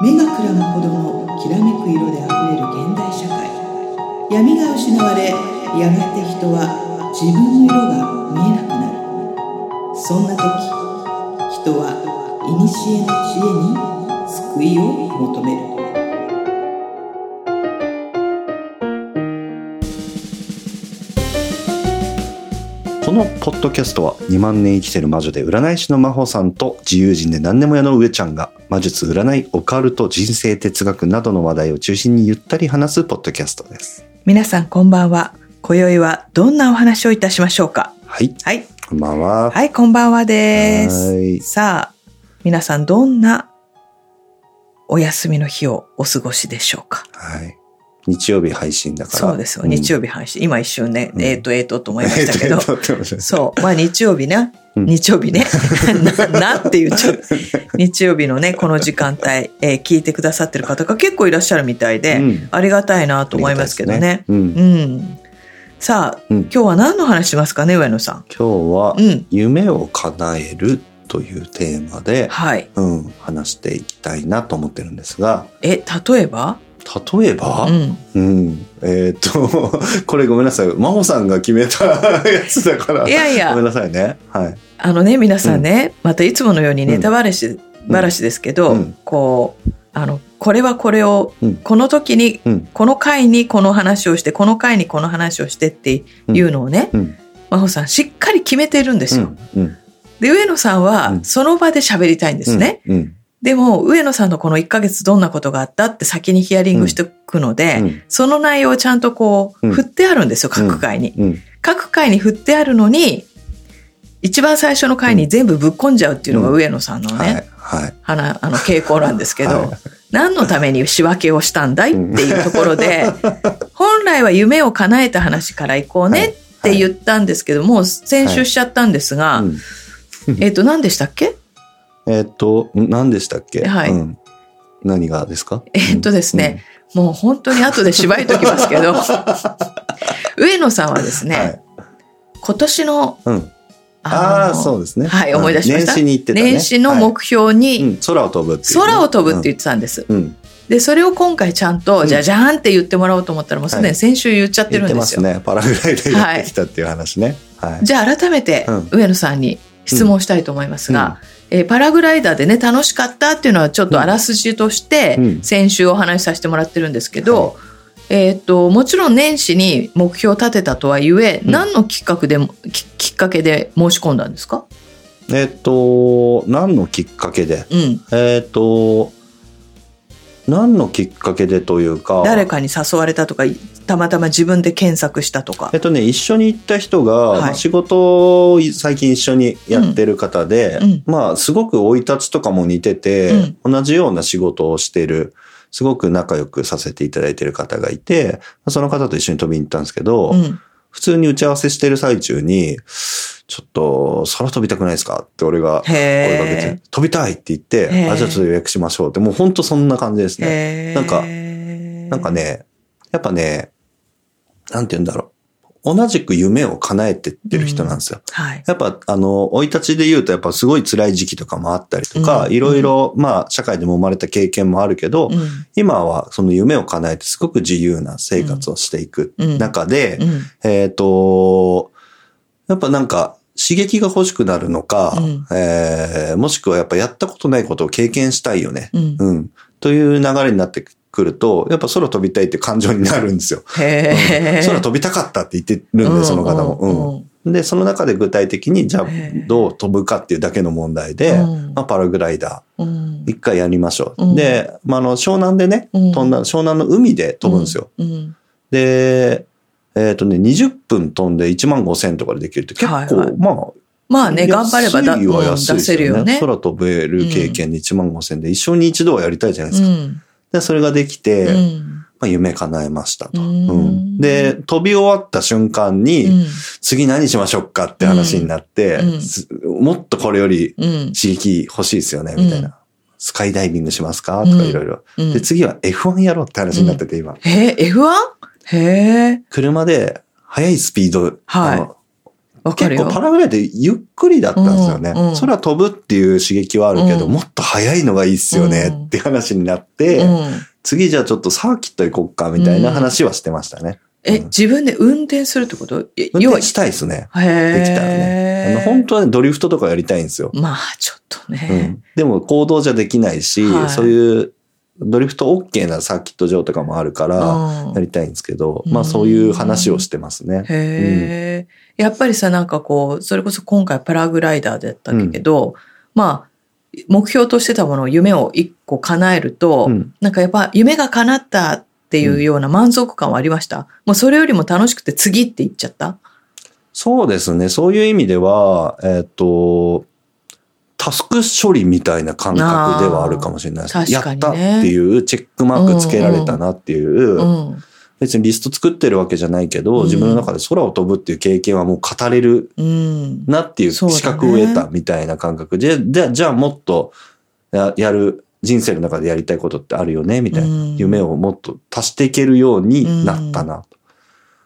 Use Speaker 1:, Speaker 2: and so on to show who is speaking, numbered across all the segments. Speaker 1: 目がくらむほどのきらめく色であふれる現代社会闇が失われやがて人は自分の色が見えなくなるそんな時人は古の知恵に救いを求める
Speaker 2: このポッドキャストは2万年生きてる魔女で占い師の真帆さんと自由人で何でも屋の上ちゃんが魔術占いオカルト人生哲学などの話題を中心にゆったり話すポッドキャストです
Speaker 1: 皆さんこんばんは今宵はどんなお話をいたしましょうか
Speaker 2: はい
Speaker 1: はい
Speaker 2: こんばんは、
Speaker 1: はいこんばんはで
Speaker 2: はーい
Speaker 1: すさあ皆さんどんなお休みの日をお過ごしでしょうか
Speaker 2: はい、日曜日配信だから
Speaker 1: そうですよ。日
Speaker 2: 曜
Speaker 1: 曜日配信。今一瞬ね、
Speaker 2: うん
Speaker 1: えっと、えっとと思いまし たけど。
Speaker 2: ど
Speaker 1: そう。まあ日曜日ね。
Speaker 2: うん
Speaker 1: 日曜日 ね。な、なっていうちょっと。日曜日のね、この時間帯、えー聞いてくださってる方が結構いらっしゃるみたいで、
Speaker 2: うん
Speaker 1: ありがたいなと思いますけどね。
Speaker 2: うん、今
Speaker 1: うん。さあ、
Speaker 2: うん
Speaker 1: 今日は何の話しますかね、上野さ
Speaker 2: 日は
Speaker 1: ん。うん。
Speaker 2: 夢を叶えるというテーマで、
Speaker 1: はい。
Speaker 2: うん、話していきたいなと思ってるんですが
Speaker 1: え、例えば
Speaker 2: 例えば、
Speaker 1: うん。
Speaker 2: うん。えーっと、 これごめんなさい。真帆さんが決めたやつだから。
Speaker 1: いやいや
Speaker 2: ごめんなさいね。はい。
Speaker 1: あのね、皆さんね、またいつものようにネタバレし、バラシですけど、
Speaker 2: うん
Speaker 1: こう、あの、これはこれを、
Speaker 2: うん
Speaker 1: この時に、
Speaker 2: うん
Speaker 1: この回にこの話をして、この回にこの話をしてっていうのをね、
Speaker 2: うん。
Speaker 1: 真帆さんしっかり決めてるんです
Speaker 2: う
Speaker 1: よ。
Speaker 2: ん。うん。
Speaker 1: で、上野さん
Speaker 2: う
Speaker 1: は
Speaker 2: ん
Speaker 1: その場で喋りたいんですね。
Speaker 2: うん。うん。
Speaker 1: でも、上野さんのこの1ヶ月どんなことがあったって先にヒアリングしておくので、
Speaker 2: うん
Speaker 1: その内容をちゃんとこう、
Speaker 2: うん
Speaker 1: 振ってあるんですよ、各回に。
Speaker 2: うん。
Speaker 1: 各回に振ってあるのに、一番最初の回に全部ぶっこんじゃうっていうのが
Speaker 2: うん
Speaker 1: 上野さんのね、
Speaker 2: はい。はい。
Speaker 1: はなあの傾向なんですけど、
Speaker 2: はい
Speaker 1: 何のために仕分けをしたんだいっていうとこ ろで、本来は夢を叶えた話から行こうねって言ったんですけど、もう先週しちゃったんですが、
Speaker 2: うん
Speaker 1: えっ、と、何でしたっけ
Speaker 2: えーっと、ん何でしたっけ
Speaker 1: はい
Speaker 2: うん何がですか
Speaker 1: えーっとですね、もう本当に後で縛りときますけ ど、上野さんはです
Speaker 2: うん
Speaker 1: ね、
Speaker 2: はい。
Speaker 1: 今年の、
Speaker 2: うん。
Speaker 1: あ
Speaker 2: ああ、
Speaker 1: の
Speaker 2: そうですね。
Speaker 1: はい思い出しました
Speaker 2: 年始に行ってたね。
Speaker 1: 年始の目標に、
Speaker 2: はいうん空を飛ぶっていうね。
Speaker 1: 空を飛ぶって言ってたんです。
Speaker 2: うん。うん。
Speaker 1: で、それを今回ちゃんと、
Speaker 2: うん
Speaker 1: じゃじゃーんって言ってもらおうと思ったら、もうすで
Speaker 2: は
Speaker 1: に先週言っちゃって
Speaker 2: 言
Speaker 1: る
Speaker 2: っ
Speaker 1: ん
Speaker 2: て
Speaker 1: で
Speaker 2: ますす
Speaker 1: よ。
Speaker 2: ね。パラグライダーやってきたっていう話ね。はい。
Speaker 1: じゃあ改めて
Speaker 2: うん、
Speaker 1: 上野さんに質問したいと思いますが、えーパラグライダーでね、楽しかったっていうのはちょっとあらすじとして、
Speaker 2: うん
Speaker 1: 先週お話しさせてもらってるんですけど、えーっと、もちろん年始に目標を立てたとはいえ、
Speaker 2: うん
Speaker 1: 何のきっかけでも、ききっかけで申し込んだんですか
Speaker 2: えーっと、何のきっかけで
Speaker 1: うん。
Speaker 2: えっ、と、何のきっかけでというか、
Speaker 1: 誰かに誘われたとか、たまたま自分で検索したとか
Speaker 2: え。っとね、一緒に行った人が、
Speaker 1: い
Speaker 2: まあ仕事を最近一緒にやってる方で、
Speaker 1: うんうん
Speaker 2: まあ、すごく生い立ちとかも似てて、同じような仕事をしてる、すごく仲良くさせていただいてる方がいて、その方と一緒に飛びに行ったんですけど、
Speaker 1: うん。
Speaker 2: 普通に打ち合わせしてる最中に、ちょっと、空飛びたくないですかって俺が声かけて、
Speaker 1: へ
Speaker 2: 飛びたいって言っ
Speaker 1: へ
Speaker 2: て、
Speaker 1: ー
Speaker 2: あ、じゃあちょっと予約しましょうって、もう本当そんな感じですね。
Speaker 1: え。へー
Speaker 2: なんかなんか、ね、やっぱね、なんて言うんだろう。同じく夢を叶えてってる人なんですよ。
Speaker 1: はい。
Speaker 2: やっぱ、あの、生い立ちで言うと、やっぱすごい辛い時期とかもあったりとか、
Speaker 1: うん
Speaker 2: いろいろ、まあ、社会でも生まれた経験もあるけど、
Speaker 1: うん。
Speaker 2: 今はその夢を叶えてすごく自由な生活をしていく
Speaker 1: うん
Speaker 2: 中で
Speaker 1: う、ん。
Speaker 2: えっ、と、やっぱなんか、刺激が欲しくなるのか、
Speaker 1: うん
Speaker 2: えーもしくはやっぱやったことないことを経験したいよね。
Speaker 1: うん。
Speaker 2: うん。という流れになってくると、やっぱ空飛びたいっていう感情になるんですよ。
Speaker 1: へえ。
Speaker 2: 空飛びたかったって言ってるんで、その方も。
Speaker 1: も。
Speaker 2: うん。で、その中で具体的に、じゃあ
Speaker 1: へえ、
Speaker 2: どう飛ぶかっていうだけの問題で、
Speaker 1: うん
Speaker 2: まあ、パラグライダ
Speaker 1: うんうん
Speaker 2: ー、一回やりましょう。
Speaker 1: うん
Speaker 2: で、まあ、あの、湘南でね、
Speaker 1: うん
Speaker 2: 飛んだ、湘南の海で飛ぶんですよ。
Speaker 1: うん。
Speaker 2: で、えっ、とね、20分飛んで1万5千とかでできるって結構、
Speaker 1: はいはい
Speaker 2: まあ、
Speaker 1: まあね、頑張ればだ
Speaker 2: 安いは
Speaker 1: うん出
Speaker 2: 安いです
Speaker 1: せるよね。
Speaker 2: 空飛べる経験で1万5千で、一生に一度はやりたいじゃないですか。
Speaker 1: うん
Speaker 2: で、それができて、
Speaker 1: うん
Speaker 2: まあ、夢叶えましたと。
Speaker 1: う
Speaker 2: う
Speaker 1: ーん
Speaker 2: んで、飛び終わった瞬間に、次何しましょうかって話になって、
Speaker 1: うん
Speaker 2: すもっとこれより
Speaker 1: うん
Speaker 2: 刺激欲しいですよね、みたいな。
Speaker 1: う
Speaker 2: スカイダイビングしますかとかいろいろ。
Speaker 1: うん
Speaker 2: で、次は F1 やろうって話になってて、今。
Speaker 1: へえ、F1? へえ、
Speaker 2: 車で速いスピード、
Speaker 1: はい
Speaker 2: あの
Speaker 1: わかる
Speaker 2: 結
Speaker 1: よ
Speaker 2: 構パラグライダーゆっくりだったんですよね。
Speaker 1: うんうん
Speaker 2: 空飛ぶっていう刺激はあるけど、
Speaker 1: うん
Speaker 2: もっと早いのがいいっすよね
Speaker 1: うん
Speaker 2: って話になって、
Speaker 1: うん
Speaker 2: 次じゃあちょっとサーキット行こっかみたいな話はしてましたね。
Speaker 1: え、
Speaker 2: うん
Speaker 1: 自分で運転するってことえ
Speaker 2: 運
Speaker 1: 要は
Speaker 2: 転したいですね。
Speaker 1: へ
Speaker 2: できたらね。あの本当はねドリフトとかやりたいんですよ。
Speaker 1: 当まあ、ちょっと
Speaker 2: う
Speaker 1: ね。
Speaker 2: ん、でも行動じゃできないし、
Speaker 1: はい
Speaker 2: そういうドリフト OK なサーキット場とかもあるから、
Speaker 1: うん
Speaker 2: やりたいんですけど、
Speaker 1: うん
Speaker 2: まあそういう話をしてますね。
Speaker 1: へえ、やっぱりさ、なんかこう、それこそ今回パラグライダーだったけど、まあ、目標としてたものを、夢を一個叶えると、
Speaker 2: うん
Speaker 1: なんかやっぱ夢が叶ったっていうような満足感はありました。もうそれよりも楽しくて次って言っちゃった
Speaker 2: そうですね。そういう意味では、えっ、と、タスク処理みたいな感覚ではあるかもしれないです
Speaker 1: あー
Speaker 2: や
Speaker 1: 確か
Speaker 2: っ
Speaker 1: にね
Speaker 2: たっていうチェックマークつけられたなっていう、
Speaker 1: うん。
Speaker 2: 別にリスト作ってるわけじゃないけ
Speaker 1: う
Speaker 2: ど、
Speaker 1: ん
Speaker 2: 自分の中で空を飛ぶっていう経験はもう語れる
Speaker 1: うん。
Speaker 2: なっていう
Speaker 1: そうだね
Speaker 2: 資格を得たみたいな感覚で、じゃじゃあもっとややる、人生の中でやりたいことってあるよね、みたいな。
Speaker 1: うん
Speaker 2: 夢をもっと足していけるようになったなと。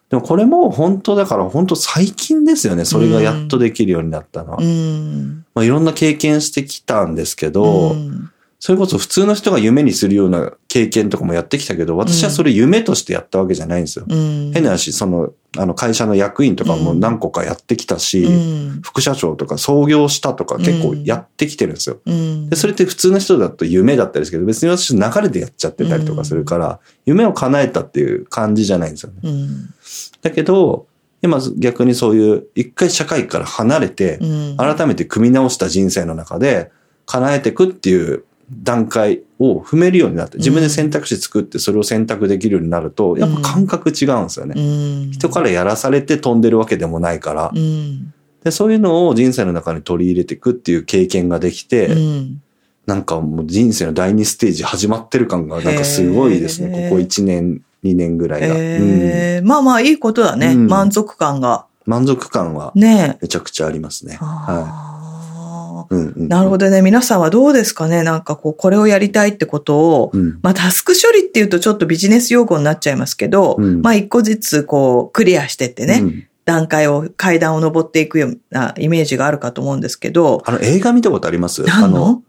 Speaker 2: でもこれも本当だから本当最近ですよね。それがやっとできるようになったのは。
Speaker 1: うん。
Speaker 2: まあ、いろんな経験してきたんですけど、
Speaker 1: うん
Speaker 2: それこそ普通の人が夢にするような経験とかもやってきたけど、私はそれ夢としてやったわけじゃないんですよ。
Speaker 1: うん。
Speaker 2: 変な話、その、あの会社の役員とかも何個かやってきたし、
Speaker 1: うん
Speaker 2: 副社長とか創業したとか結構やってきてるんですよ。
Speaker 1: うん。
Speaker 2: で、それって普通の人だと夢だったりですけど、別に私流れでやっちゃってたりとかするから、夢を叶えたっていう感じじゃないんですよね。
Speaker 1: うん。
Speaker 2: だけど、今逆にそういう一回社会から離れて、
Speaker 1: うん。
Speaker 2: 改めて組み直した人生の中で、叶えていくっていう段階を踏めるようになって、自分で選択肢作ってそれを選択できるようになると、やっぱ感覚違うんですよね。
Speaker 1: うん。
Speaker 2: 人からやらされて飛んでるわけでもないから、
Speaker 1: うん。
Speaker 2: で、そういうのを人生の中に取り入れていくっていう経験ができて、
Speaker 1: うん。
Speaker 2: なんかもう人生の第二ステージ始まってる感がなんかすごいです
Speaker 1: へ
Speaker 2: ね。
Speaker 1: ー
Speaker 2: ここ1年、2年ぐらいが。うん
Speaker 1: ええまあまあいいことだね。
Speaker 2: うん
Speaker 1: 満足感が。
Speaker 2: 満足感は
Speaker 1: ねえ。
Speaker 2: めちゃくちゃありますね。は
Speaker 1: あ
Speaker 2: い。うんうんう
Speaker 1: ー
Speaker 2: ん、
Speaker 1: なるほどね。皆さんはどうですかねなんかこう、これをやりたいってことを、
Speaker 2: うん。
Speaker 1: まあタスク処理っていうとちょっとビジネス用語になっちゃいますけど、
Speaker 2: うん
Speaker 1: まあ一個ずつこう、クリアしてってね、
Speaker 2: うん
Speaker 1: 段階を、階段を登っていくようなイメージがあるかと思うんですけど、
Speaker 2: あの映画見たことありますあ
Speaker 1: 何の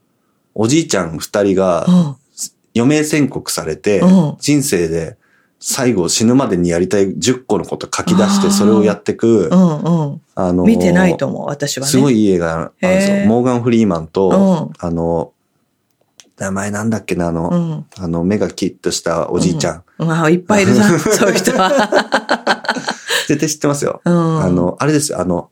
Speaker 2: おじいちゃん二人が余命宣告されて、
Speaker 1: うん
Speaker 2: 人生で最後死ぬまでにやりたい10個のこと書き出し
Speaker 1: あー
Speaker 2: てそれをやってく、
Speaker 1: うん、うん、うん。
Speaker 2: あのー
Speaker 1: 見てないと思う、私はね。
Speaker 2: すごいいい映画なんです
Speaker 1: へ
Speaker 2: よ。
Speaker 1: ー
Speaker 2: モーガン・フリーマンと、
Speaker 1: うん
Speaker 2: あの、名前なんだっけな、あの、
Speaker 1: うん。
Speaker 2: あの、目がキッとしたおじいちゃん。
Speaker 1: まあ、いっぱいいる な、そういう人は。
Speaker 2: 絶対知ってますよ。
Speaker 1: うん。
Speaker 2: あの、あれですよ、あの、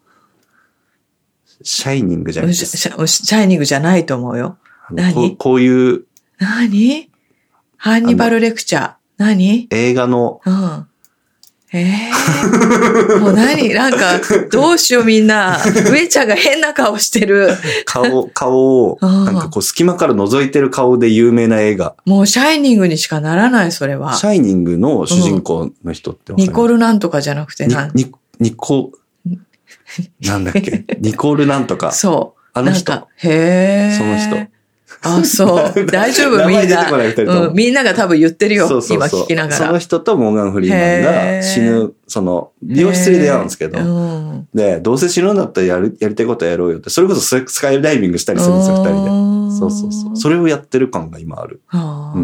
Speaker 2: シャイニングじゃなくて
Speaker 1: シ、ャシャイニングじゃないと思うよ。
Speaker 2: あのこ
Speaker 1: 何
Speaker 2: うこういう
Speaker 1: 何ハンニバルレクチャー。何
Speaker 2: 映画の、
Speaker 1: うん。ええもう 何なんか、どうしようみんな。上ちゃんが変な顔してる。
Speaker 2: 顔、顔を、
Speaker 1: うん
Speaker 2: なんかこう隙間から覗いてる顔で有名な映画。
Speaker 1: もうシャイニングにしかならない、それは。
Speaker 2: シャイニングの主人公の人ってわかり
Speaker 1: ニ
Speaker 2: ます
Speaker 1: コルなんとかじゃなくてなん。
Speaker 2: ニニニコ、なんだっ け、ニコールなんとか。
Speaker 1: そう。
Speaker 2: あの人
Speaker 1: なんか、へえ。
Speaker 2: その人。
Speaker 1: あ、 そう。大丈夫
Speaker 2: 名
Speaker 1: み
Speaker 2: 前
Speaker 1: ん
Speaker 2: 出てこない二人とも
Speaker 1: な。うん。みんなが多分言ってるよ。
Speaker 2: そうそうそう
Speaker 1: 今聞きなが
Speaker 2: その
Speaker 1: ら。
Speaker 2: 人とモーガン・フリーマン
Speaker 1: へー
Speaker 2: が死ぬ、その、美容室で出会うんですけ
Speaker 1: へえ
Speaker 2: ど、
Speaker 1: うん。
Speaker 2: で、どうせ死ぬんだったらやる、やりたいことやろうよって、それこそススカイダイビングしたりするんですよ、二人で。
Speaker 1: 人
Speaker 2: そうそうそう。それをやってる感が今ある。
Speaker 1: ああ、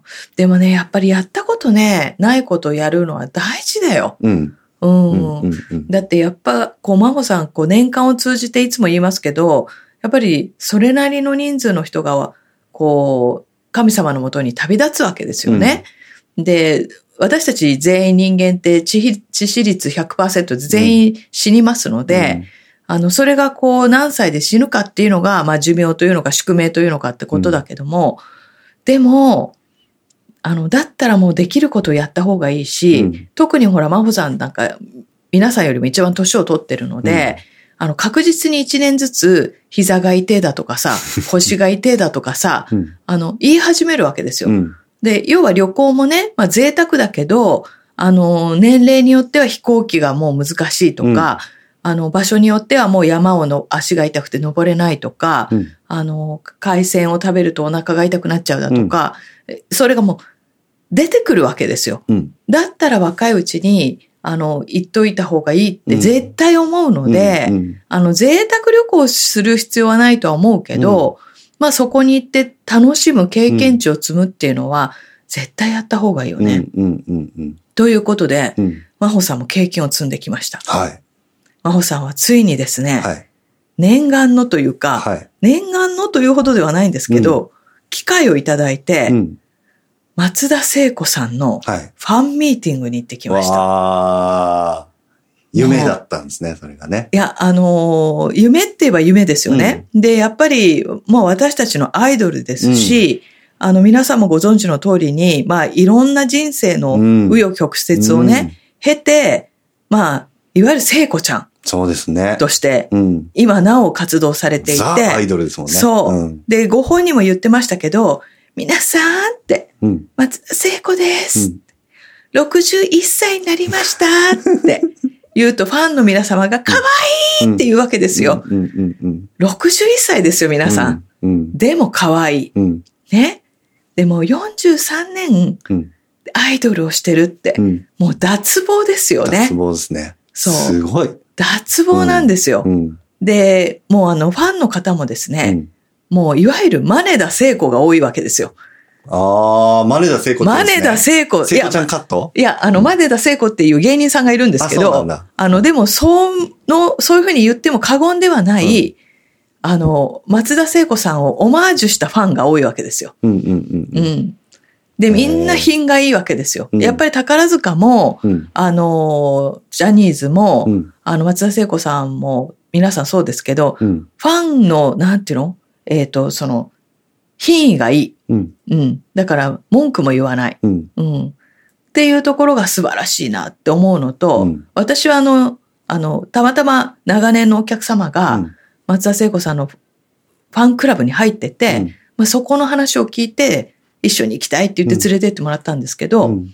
Speaker 2: う
Speaker 1: でもね、やっぱりやったことね、ないことをやるのは大事だよ。
Speaker 2: うん。
Speaker 1: うん。
Speaker 2: うん。うん。うん
Speaker 1: だってやっぱ、こう、真帆さん、こう、年間を通じていつも言いますけど、やっぱり、それなりの人数の人が、こう、神様のもとに旅立つわけですよね。で、私たち全員人間って致死致死率100%で全員死にますので、、あの、それがこう、何歳で死ぬかっていうのが、まあ、寿命というのか、宿命というのかってことだけども、でも、あの、だったらもうできることをやった方がいいし、
Speaker 2: うん
Speaker 1: 特にほら、真帆さんなんか、皆さんよりも一番年を取ってるので、あの、確実に一年ずつ、膝が痛いだと かさ、腰が痛いだとかさ、
Speaker 2: うん。
Speaker 1: あの、言い始めるわけですよ。
Speaker 2: うん。
Speaker 1: で、要は旅行もね、まあ贅沢だけど、あの、年齢によっては飛行機がもう難しいとか、あの、場所によってはもう山をの足が痛くて登れないとか、
Speaker 2: うん
Speaker 1: あの、海鮮を食べるとお腹が痛くなっちゃうだとか、えそれがもう出てくるわけですよ。
Speaker 2: うん。
Speaker 1: だったら若いうちに、あの、言っといた方がいいって絶対思うので、
Speaker 2: うんうん
Speaker 1: あの、贅沢旅行する必要はないとは思うけど、まあそこに行って楽しむ経験値を積むっていうのは、絶対やった方がいいよ
Speaker 2: うん
Speaker 1: ね。
Speaker 2: うんうんうん
Speaker 1: ということで、
Speaker 2: うん
Speaker 1: 真帆さんも経験を積んできました。
Speaker 2: はい
Speaker 1: 真帆さんはついにですね、
Speaker 2: はい
Speaker 1: 念願のというか、
Speaker 2: はい
Speaker 1: 念願のというほどではないんですけど、機会をいただいて、
Speaker 2: うん
Speaker 1: 松田聖子さんの
Speaker 2: はい
Speaker 1: ファンミーティングに行ってきました。
Speaker 2: わあ夢だったんですねそれがね
Speaker 1: いや、あのー夢って言えば夢ですよね。で、やっぱり、もう私たちのアイドルですし、あの、皆さんもご存知の通りに、まあ、いろんな人生の
Speaker 2: うん
Speaker 1: 紆余曲折をね、経て、まあ、いわゆる聖子ちゃん
Speaker 2: うんそうですね
Speaker 1: として、
Speaker 2: うん
Speaker 1: 今なお活動されていて、
Speaker 2: ザ・アイドルですもんね
Speaker 1: そう、
Speaker 2: うん
Speaker 1: で、ご本人も言ってましたけど、皆さんって、
Speaker 2: うん
Speaker 1: 松田聖子です、
Speaker 2: うん
Speaker 1: 61歳になりました って言うと、ファンの皆様が可愛いっていうわけですよ。
Speaker 2: うんうんうん
Speaker 1: 61歳ですよ、皆さん。
Speaker 2: うん
Speaker 1: でも可愛い。
Speaker 2: うん
Speaker 1: ね。でも43年
Speaker 2: うん
Speaker 1: アイドルをしてるって、
Speaker 2: うん
Speaker 1: もう脱帽ですよね
Speaker 2: 脱。帽ですね
Speaker 1: そう
Speaker 2: すごい
Speaker 1: 脱帽なんですよ。
Speaker 2: うん
Speaker 1: で、もうあの、ファンの方もです
Speaker 2: う
Speaker 1: ね、
Speaker 2: ん
Speaker 1: もういわゆるマネダ聖子が多いわけですよ。
Speaker 2: ああマネダ聖子ちゃ
Speaker 1: マ
Speaker 2: んです
Speaker 1: ネ
Speaker 2: ね
Speaker 1: ダ聖子。
Speaker 2: 聖子ちゃ
Speaker 1: い
Speaker 2: んカット
Speaker 1: や、いやあの、マネダ聖子っていう芸人さんがいるんですけ
Speaker 2: あそうなん
Speaker 1: ど、
Speaker 2: だ
Speaker 1: あの、でも、そう、の、そういうふうに言っても過言ではない、あの、松田聖子さんをオマージュしたファンが多いわけですよ。
Speaker 2: うんうんう
Speaker 1: うんん。で、みんな品がいいわけですよ。
Speaker 2: うん
Speaker 1: やっぱり宝塚も、
Speaker 2: うん
Speaker 1: あの、ジャニーズも、
Speaker 2: うん
Speaker 1: あの、松田聖子さんも、皆さんそうですけど、
Speaker 2: うん
Speaker 1: ファンの、なんていうのえっ、と、その、品位がいい。
Speaker 2: うん
Speaker 1: うん。だから、文句も言わない。
Speaker 2: うん
Speaker 1: うん。っていうところが素晴らしいなって思うのと、
Speaker 2: うん
Speaker 1: 私はあの、あの、たまたま長年のお客様が、松田聖子さんのファンクラブに入ってて、
Speaker 2: うん
Speaker 1: まあ、そこの話を聞いて、一緒に行きたいって言って連れてってもらったんですけ
Speaker 2: う
Speaker 1: ど、
Speaker 2: ん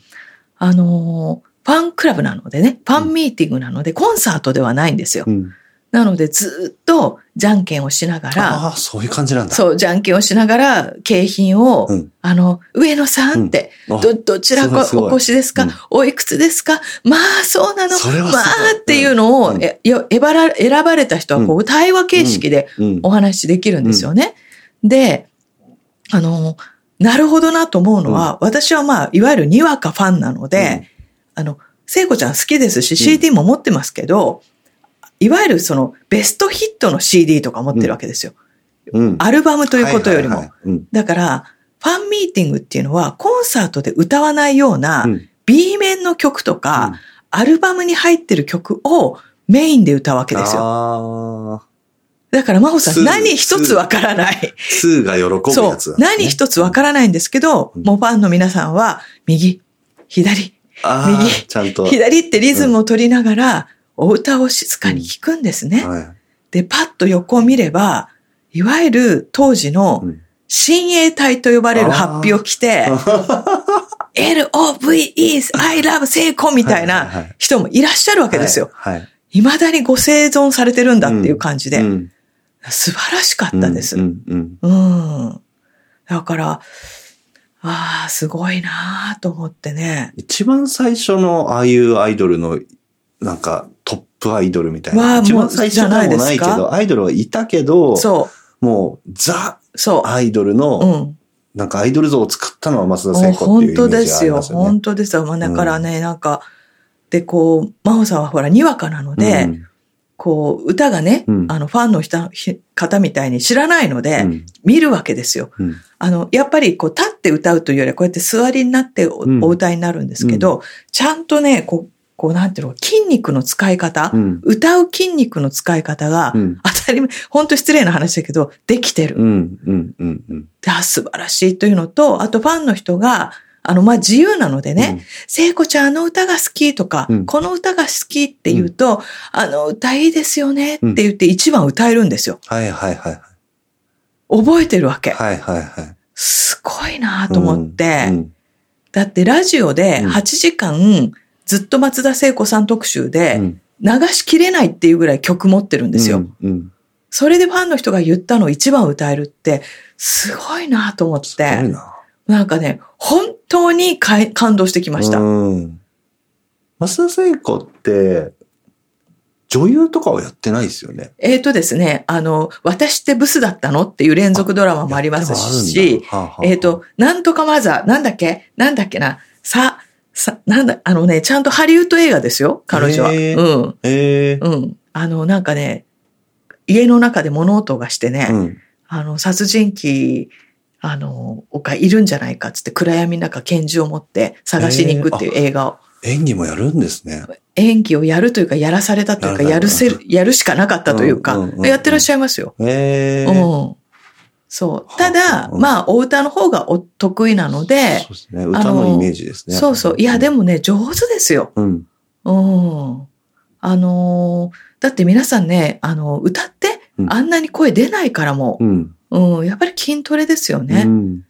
Speaker 1: あのーファンクラブなのでね、ファンミーティングなので、コンサートではないんですよ。
Speaker 2: うん
Speaker 1: なので、ずっと、じゃんけんをしながら、
Speaker 2: ああそういう感じなんだ
Speaker 1: そう、じゃんけんをしながら、景品を、
Speaker 2: うん
Speaker 1: あの、上野さんって、
Speaker 2: あ
Speaker 1: ど、どちら
Speaker 2: すご
Speaker 1: こ
Speaker 2: いすごい
Speaker 1: お越しですか、
Speaker 2: うん
Speaker 1: おいくつですかまあ、そうなの。
Speaker 2: それはすごい
Speaker 1: まあ、っていうのを、
Speaker 2: うん
Speaker 1: えよ選ばら選ばれた人は、こう、対話形式で
Speaker 2: うん
Speaker 1: お話しできるんですよね。で、あの、なるほどなと思うのは、私はまあ、いわゆるにわかファンなので、あの、聖子ちゃん好きですし、
Speaker 2: ん
Speaker 1: CD も持ってますけど、いわゆるその、ベストヒットの CD とか持ってるわけですよ。
Speaker 2: うん
Speaker 1: アルバムということよりも。
Speaker 2: はいはいはいうん
Speaker 1: だから、ファンミーティングっていうのは、コンサートで歌わないような
Speaker 2: う、ん
Speaker 1: B 面の曲とか、
Speaker 2: うん
Speaker 1: アルバムに入ってる曲をメインで歌うわけですよ。
Speaker 2: ああ。
Speaker 1: だから、真帆さ
Speaker 2: す
Speaker 1: ん、何一つわからない。
Speaker 2: スーが喜ぶ
Speaker 1: そ
Speaker 2: やつ
Speaker 1: う
Speaker 2: だ。。
Speaker 1: 何一つわからないんですけど、
Speaker 2: うん
Speaker 1: もうファンの皆さんは、右、左、
Speaker 2: あー
Speaker 1: 右
Speaker 2: ちゃんと。
Speaker 1: 左ってリズムを取りながら、お歌を静かに聴くんですね。
Speaker 2: はい
Speaker 1: で、パッと横を見れば、いわゆる当時の
Speaker 2: うん
Speaker 1: 親衛隊と呼ばれるハッピーを着 て、LOVE is I love 聖子みたい
Speaker 2: はいはいは
Speaker 1: ない人もいらっしゃるわけですよ。
Speaker 2: はい。はい
Speaker 1: 未だにご生存されてるんだっていう感じで、
Speaker 2: うん
Speaker 1: 素晴らしかったです。
Speaker 2: う
Speaker 1: うん。
Speaker 2: んうん
Speaker 1: だから、ああ、すごいなあと思ってね。
Speaker 2: 一番最初のああいうアイドルの、なんかトップアイドルみたい
Speaker 1: わ
Speaker 2: な。
Speaker 1: あ
Speaker 2: 一番最初でも
Speaker 1: もう
Speaker 2: ない
Speaker 1: じゃないです
Speaker 2: け
Speaker 1: か
Speaker 2: ど、アイドルはいたけど、
Speaker 1: そ
Speaker 2: もうザ・
Speaker 1: う、そ
Speaker 2: アイドル
Speaker 1: う。う
Speaker 2: の、
Speaker 1: ん。
Speaker 2: なんかアイドル像を作ったのは松田
Speaker 1: も
Speaker 2: 聖子っ
Speaker 1: う
Speaker 2: てい
Speaker 1: 本
Speaker 2: うイ
Speaker 1: 当
Speaker 2: メー
Speaker 1: で
Speaker 2: ジがあ
Speaker 1: す
Speaker 2: り
Speaker 1: よ。
Speaker 2: ますよね。
Speaker 1: 本当ですよ。まあだからね、なんか、で、こう、真帆さんはほら、にわかなので、
Speaker 2: うん
Speaker 1: こう、歌がね、
Speaker 2: うん
Speaker 1: あの、ファンの人ひ方みたいに知らないので、
Speaker 2: うん
Speaker 1: 見るわけですよ。
Speaker 2: うん
Speaker 1: あの、やっぱりこう立って歌うというよりはこうやって座りになってお,、
Speaker 2: うん
Speaker 1: 歌いになるんですけど、ちゃんとね、こう、こうなんていうの、筋肉の使い方、
Speaker 2: うん
Speaker 1: 歌う筋肉の使い方が、
Speaker 2: うん
Speaker 1: 当たり前、本当失礼な話だけど、できてる。
Speaker 2: うんうんうんうん
Speaker 1: あ素晴らしいというのと、あとファンの人が、あの、まあ、自由なのでね、
Speaker 2: うん
Speaker 1: 聖子ちゃんあの歌が好きとか、
Speaker 2: うん
Speaker 1: この歌が好きって言うと、あの歌いいですよねって言って一番歌えるんですよ。
Speaker 2: はいはいはいはい。
Speaker 1: 覚えてるわけ。
Speaker 2: はいはいはい。
Speaker 1: すごいなと思って、
Speaker 2: うんうん
Speaker 1: だってラジオで
Speaker 2: うん
Speaker 1: 8時間ずっと松田聖子さん特集
Speaker 2: う
Speaker 1: で
Speaker 2: ん
Speaker 1: 流しきれないっていうぐらい曲持ってるんですよ。
Speaker 2: うんうん
Speaker 1: それでファンの人が言ったのを一番歌えるって、すごいなと思っ
Speaker 2: すごい
Speaker 1: て、
Speaker 2: な。
Speaker 1: なんかね、本当にかい感動してきました。
Speaker 2: うん。増田聖子って、女優とかはやってないですよね。
Speaker 1: えーとですね、あの、私ってブスだったのっていう連続ドラマもありますし、
Speaker 2: やってはあるんだ、はあはあ
Speaker 1: えっ、と、なんとかマザー、なんだっけなんだっけなさ、さ、なんだ、あのね、ちゃんとハリウッド映画ですよ、彼女は。
Speaker 2: へー
Speaker 1: うん。
Speaker 2: えー
Speaker 1: うん。あの、なんかね、家の中で物音がしてね、
Speaker 2: うん、
Speaker 1: あの、殺人鬼、あの、がいるんじゃないかっつって暗闇の中拳銃を持って探しに行くっていう映画を、
Speaker 2: 演技もやるんですね。
Speaker 1: 演技をやるというか、やらされたというか、
Speaker 2: や
Speaker 1: や
Speaker 2: ら
Speaker 1: る
Speaker 2: され
Speaker 1: せ
Speaker 2: た
Speaker 1: る、やるしかなかったというか、
Speaker 2: うんうんうんうん
Speaker 1: やってらっしゃいますよ。
Speaker 2: えー
Speaker 1: うん。そう。ただ、
Speaker 2: うん
Speaker 1: まあ、お歌の方がお得意なので
Speaker 2: そう、ですね。歌のイメージですね。
Speaker 1: そうそう。いや、で
Speaker 2: も、
Speaker 1: もね、上手ですよ。
Speaker 2: うん。
Speaker 1: うん。あのーだって皆さんね、あの、歌って
Speaker 2: う、ん
Speaker 1: あんなに声出ないからも
Speaker 2: う、ん。
Speaker 1: うん、やっぱり筋トレですよね。
Speaker 2: うん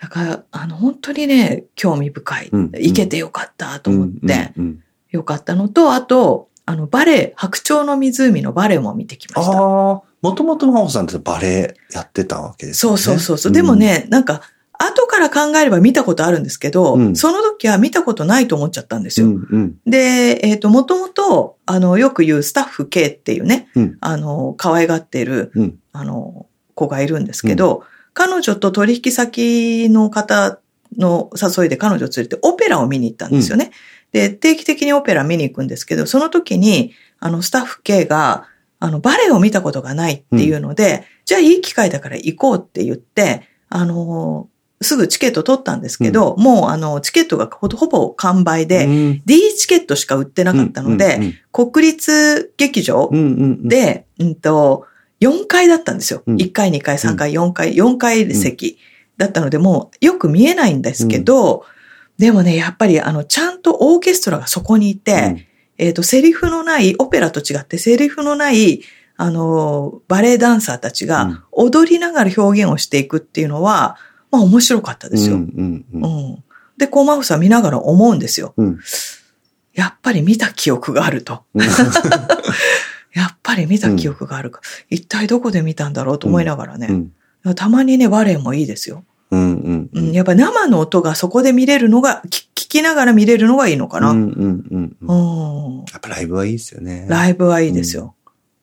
Speaker 1: だから、あの、本当にね、興味深い。
Speaker 2: うん
Speaker 1: 行けてよかったと思って、
Speaker 2: うんうん
Speaker 1: よかったのと、あと、あの、バレエ、白鳥の湖のバレエも見てきました。
Speaker 2: ああ、もともと真帆さんってバレエやってたわけですよ
Speaker 1: そう
Speaker 2: ね。
Speaker 1: そうそうそう。でもね、なんか、後から考えれば見たことあるんですけど、
Speaker 2: うん
Speaker 1: その時は見たことないと思っちゃったんです
Speaker 2: う
Speaker 1: よ。
Speaker 2: ん、うん、
Speaker 1: で、えっ、と、もともと、あの、よく言うスタッフ K っていうね、
Speaker 2: うん
Speaker 1: あの、可愛がってる、
Speaker 2: うん
Speaker 1: あの、子がいるんですけど、彼女と取引先の方の誘いで彼女を連れてオペラを見に行ったんですよね。で、定期的にオペラ見に行くんですけど、その時に、あの、スタッフ K が、あの、バレエを見たことがないっていうので、じゃあいい機会だから行こうって言って、あの、すぐチケット取ったんですけど、もうあの、チケットがほほぼ完売で、
Speaker 2: うん、
Speaker 1: D チケットしか売ってなかったので、
Speaker 2: うん、
Speaker 1: 国立劇場
Speaker 2: うん、うんうん、
Speaker 1: で、うんと、4階だったんですよ。
Speaker 2: うん
Speaker 1: 1階、2階、3階、4階、4階席だったので、もうよく見えないんですけど、でもね、やっぱりあの、ちゃんとオーケストラがそこにいて、えっ、と、セリフのない、オペラと違ってセリフのない、あの、バレエダンサーた
Speaker 2: う
Speaker 1: ち
Speaker 2: ん
Speaker 1: が踊りながら表現をしていくっていうのは、まあ面白かった
Speaker 2: う
Speaker 1: で
Speaker 2: ん、
Speaker 1: すよ。
Speaker 2: うん、うん、
Speaker 1: うん。で、コウマフさん見ながら思うんですよ。
Speaker 2: うん
Speaker 1: やっぱり見た記憶があると。
Speaker 2: うん
Speaker 1: やっぱり見た記憶があるか。一体どこで見たんだろうと思いながらね。
Speaker 2: うん
Speaker 1: たまにね、バレエもいいですよ。
Speaker 2: うん、うん、
Speaker 1: うん、やっぱ生の音がそこで見れるのが、き聞きながら見れるのがいいのかな。
Speaker 2: う
Speaker 1: うん
Speaker 2: う
Speaker 1: ん。
Speaker 2: んうんうんやっぱライブはいいですよね。
Speaker 1: ラ
Speaker 2: イブ。
Speaker 1: イブはいいですよ。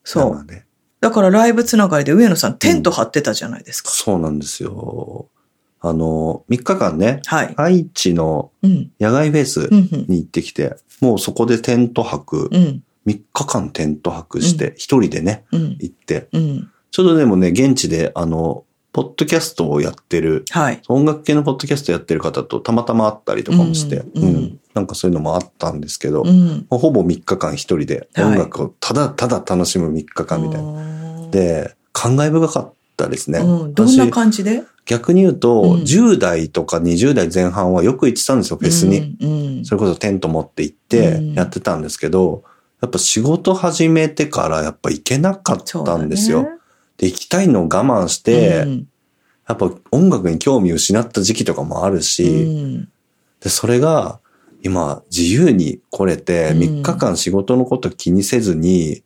Speaker 1: そう。
Speaker 2: う。
Speaker 1: だからライブつながりで上野さんテント張ってたじゃないですか。
Speaker 2: そうなんですよ。あの、3日間ね、
Speaker 1: はい。
Speaker 2: 愛知の
Speaker 1: うん。
Speaker 2: 野外フェス
Speaker 1: うん。うん
Speaker 2: に行ってきて、もうそこでテント泊、
Speaker 1: うん。
Speaker 2: 3日間テント泊して、一人でね、
Speaker 1: うん。
Speaker 2: 行って、
Speaker 1: うん。
Speaker 2: ちょうどでもね、現地で、あの、ポッドキャストをやってる、
Speaker 1: はい。
Speaker 2: 音楽系のポッドキャストやってる方とたまたま会ったりとかもして、
Speaker 1: うんうん
Speaker 2: なんかそういうのもあったんですけど、
Speaker 1: うん。
Speaker 2: ほぼ3日間一人で
Speaker 1: はい
Speaker 2: 音楽をただただ楽しむ3日間みたいな。
Speaker 1: な
Speaker 2: で、感慨深かったですね。
Speaker 1: うん、どんな
Speaker 2: 私
Speaker 1: 感じで
Speaker 2: 逆に言うと、
Speaker 1: うん
Speaker 2: 10代とか20代前半はよく行ってたんですよ、フェスに。。
Speaker 1: うんうん
Speaker 2: それこそテント持って行っ
Speaker 1: うん
Speaker 2: てやってたんですけど、やっぱ仕事始めてからやっぱ行けなかったんですよ。。で、行きたいのを我慢し
Speaker 1: そうだ
Speaker 2: て、
Speaker 1: ね
Speaker 2: やっぱ音楽に興味を失った時期とかもあるし、
Speaker 1: うん
Speaker 2: で、それが今自由に来れて、
Speaker 1: うん
Speaker 2: 3日間仕事のこと気にせずに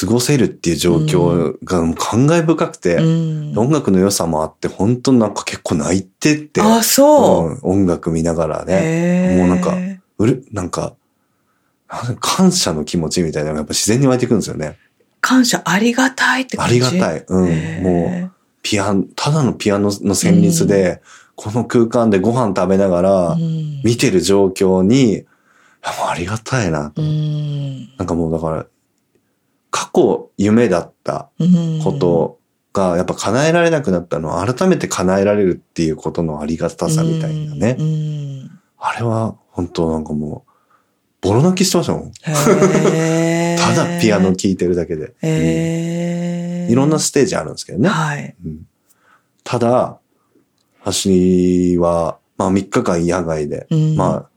Speaker 2: 過ごせるっていう状況がもう感慨深くて、
Speaker 1: うんうん
Speaker 2: 音楽の良さもあって、本当なんか結構泣いてって、
Speaker 1: あ、そう。
Speaker 2: うん音楽見ながらね、
Speaker 1: へー
Speaker 2: もうなんかうる、なんか、なんか感謝の気持ちみたいなのがやっぱ自然に湧いてくるんですよね。
Speaker 1: 感謝ありがたいって
Speaker 2: あ
Speaker 1: 感
Speaker 2: り
Speaker 1: じ
Speaker 2: がた
Speaker 1: い。
Speaker 2: い。うん。もう、ピアノ、ただのピアノの旋律で、この空間でご飯食べながら、
Speaker 1: うん
Speaker 2: 見てる状況に、いやもうありがたいな。
Speaker 1: うん
Speaker 2: なんかもうだから、過去夢だった
Speaker 1: うん
Speaker 2: ことが、やっぱ叶えられなくなったのは、改めて叶えられるっていうことのありがたさみたいなね。
Speaker 1: うんうん
Speaker 2: あれは、本当なんかもう、ボロ泣き してましたもん。
Speaker 1: へー
Speaker 2: ただピアノ聴いてるだけで。う
Speaker 1: へー
Speaker 2: んいろんなステージあるんですけどね。
Speaker 1: はい。
Speaker 2: うんただ、私は、まあ3日間野外で、
Speaker 1: ま
Speaker 2: まあ、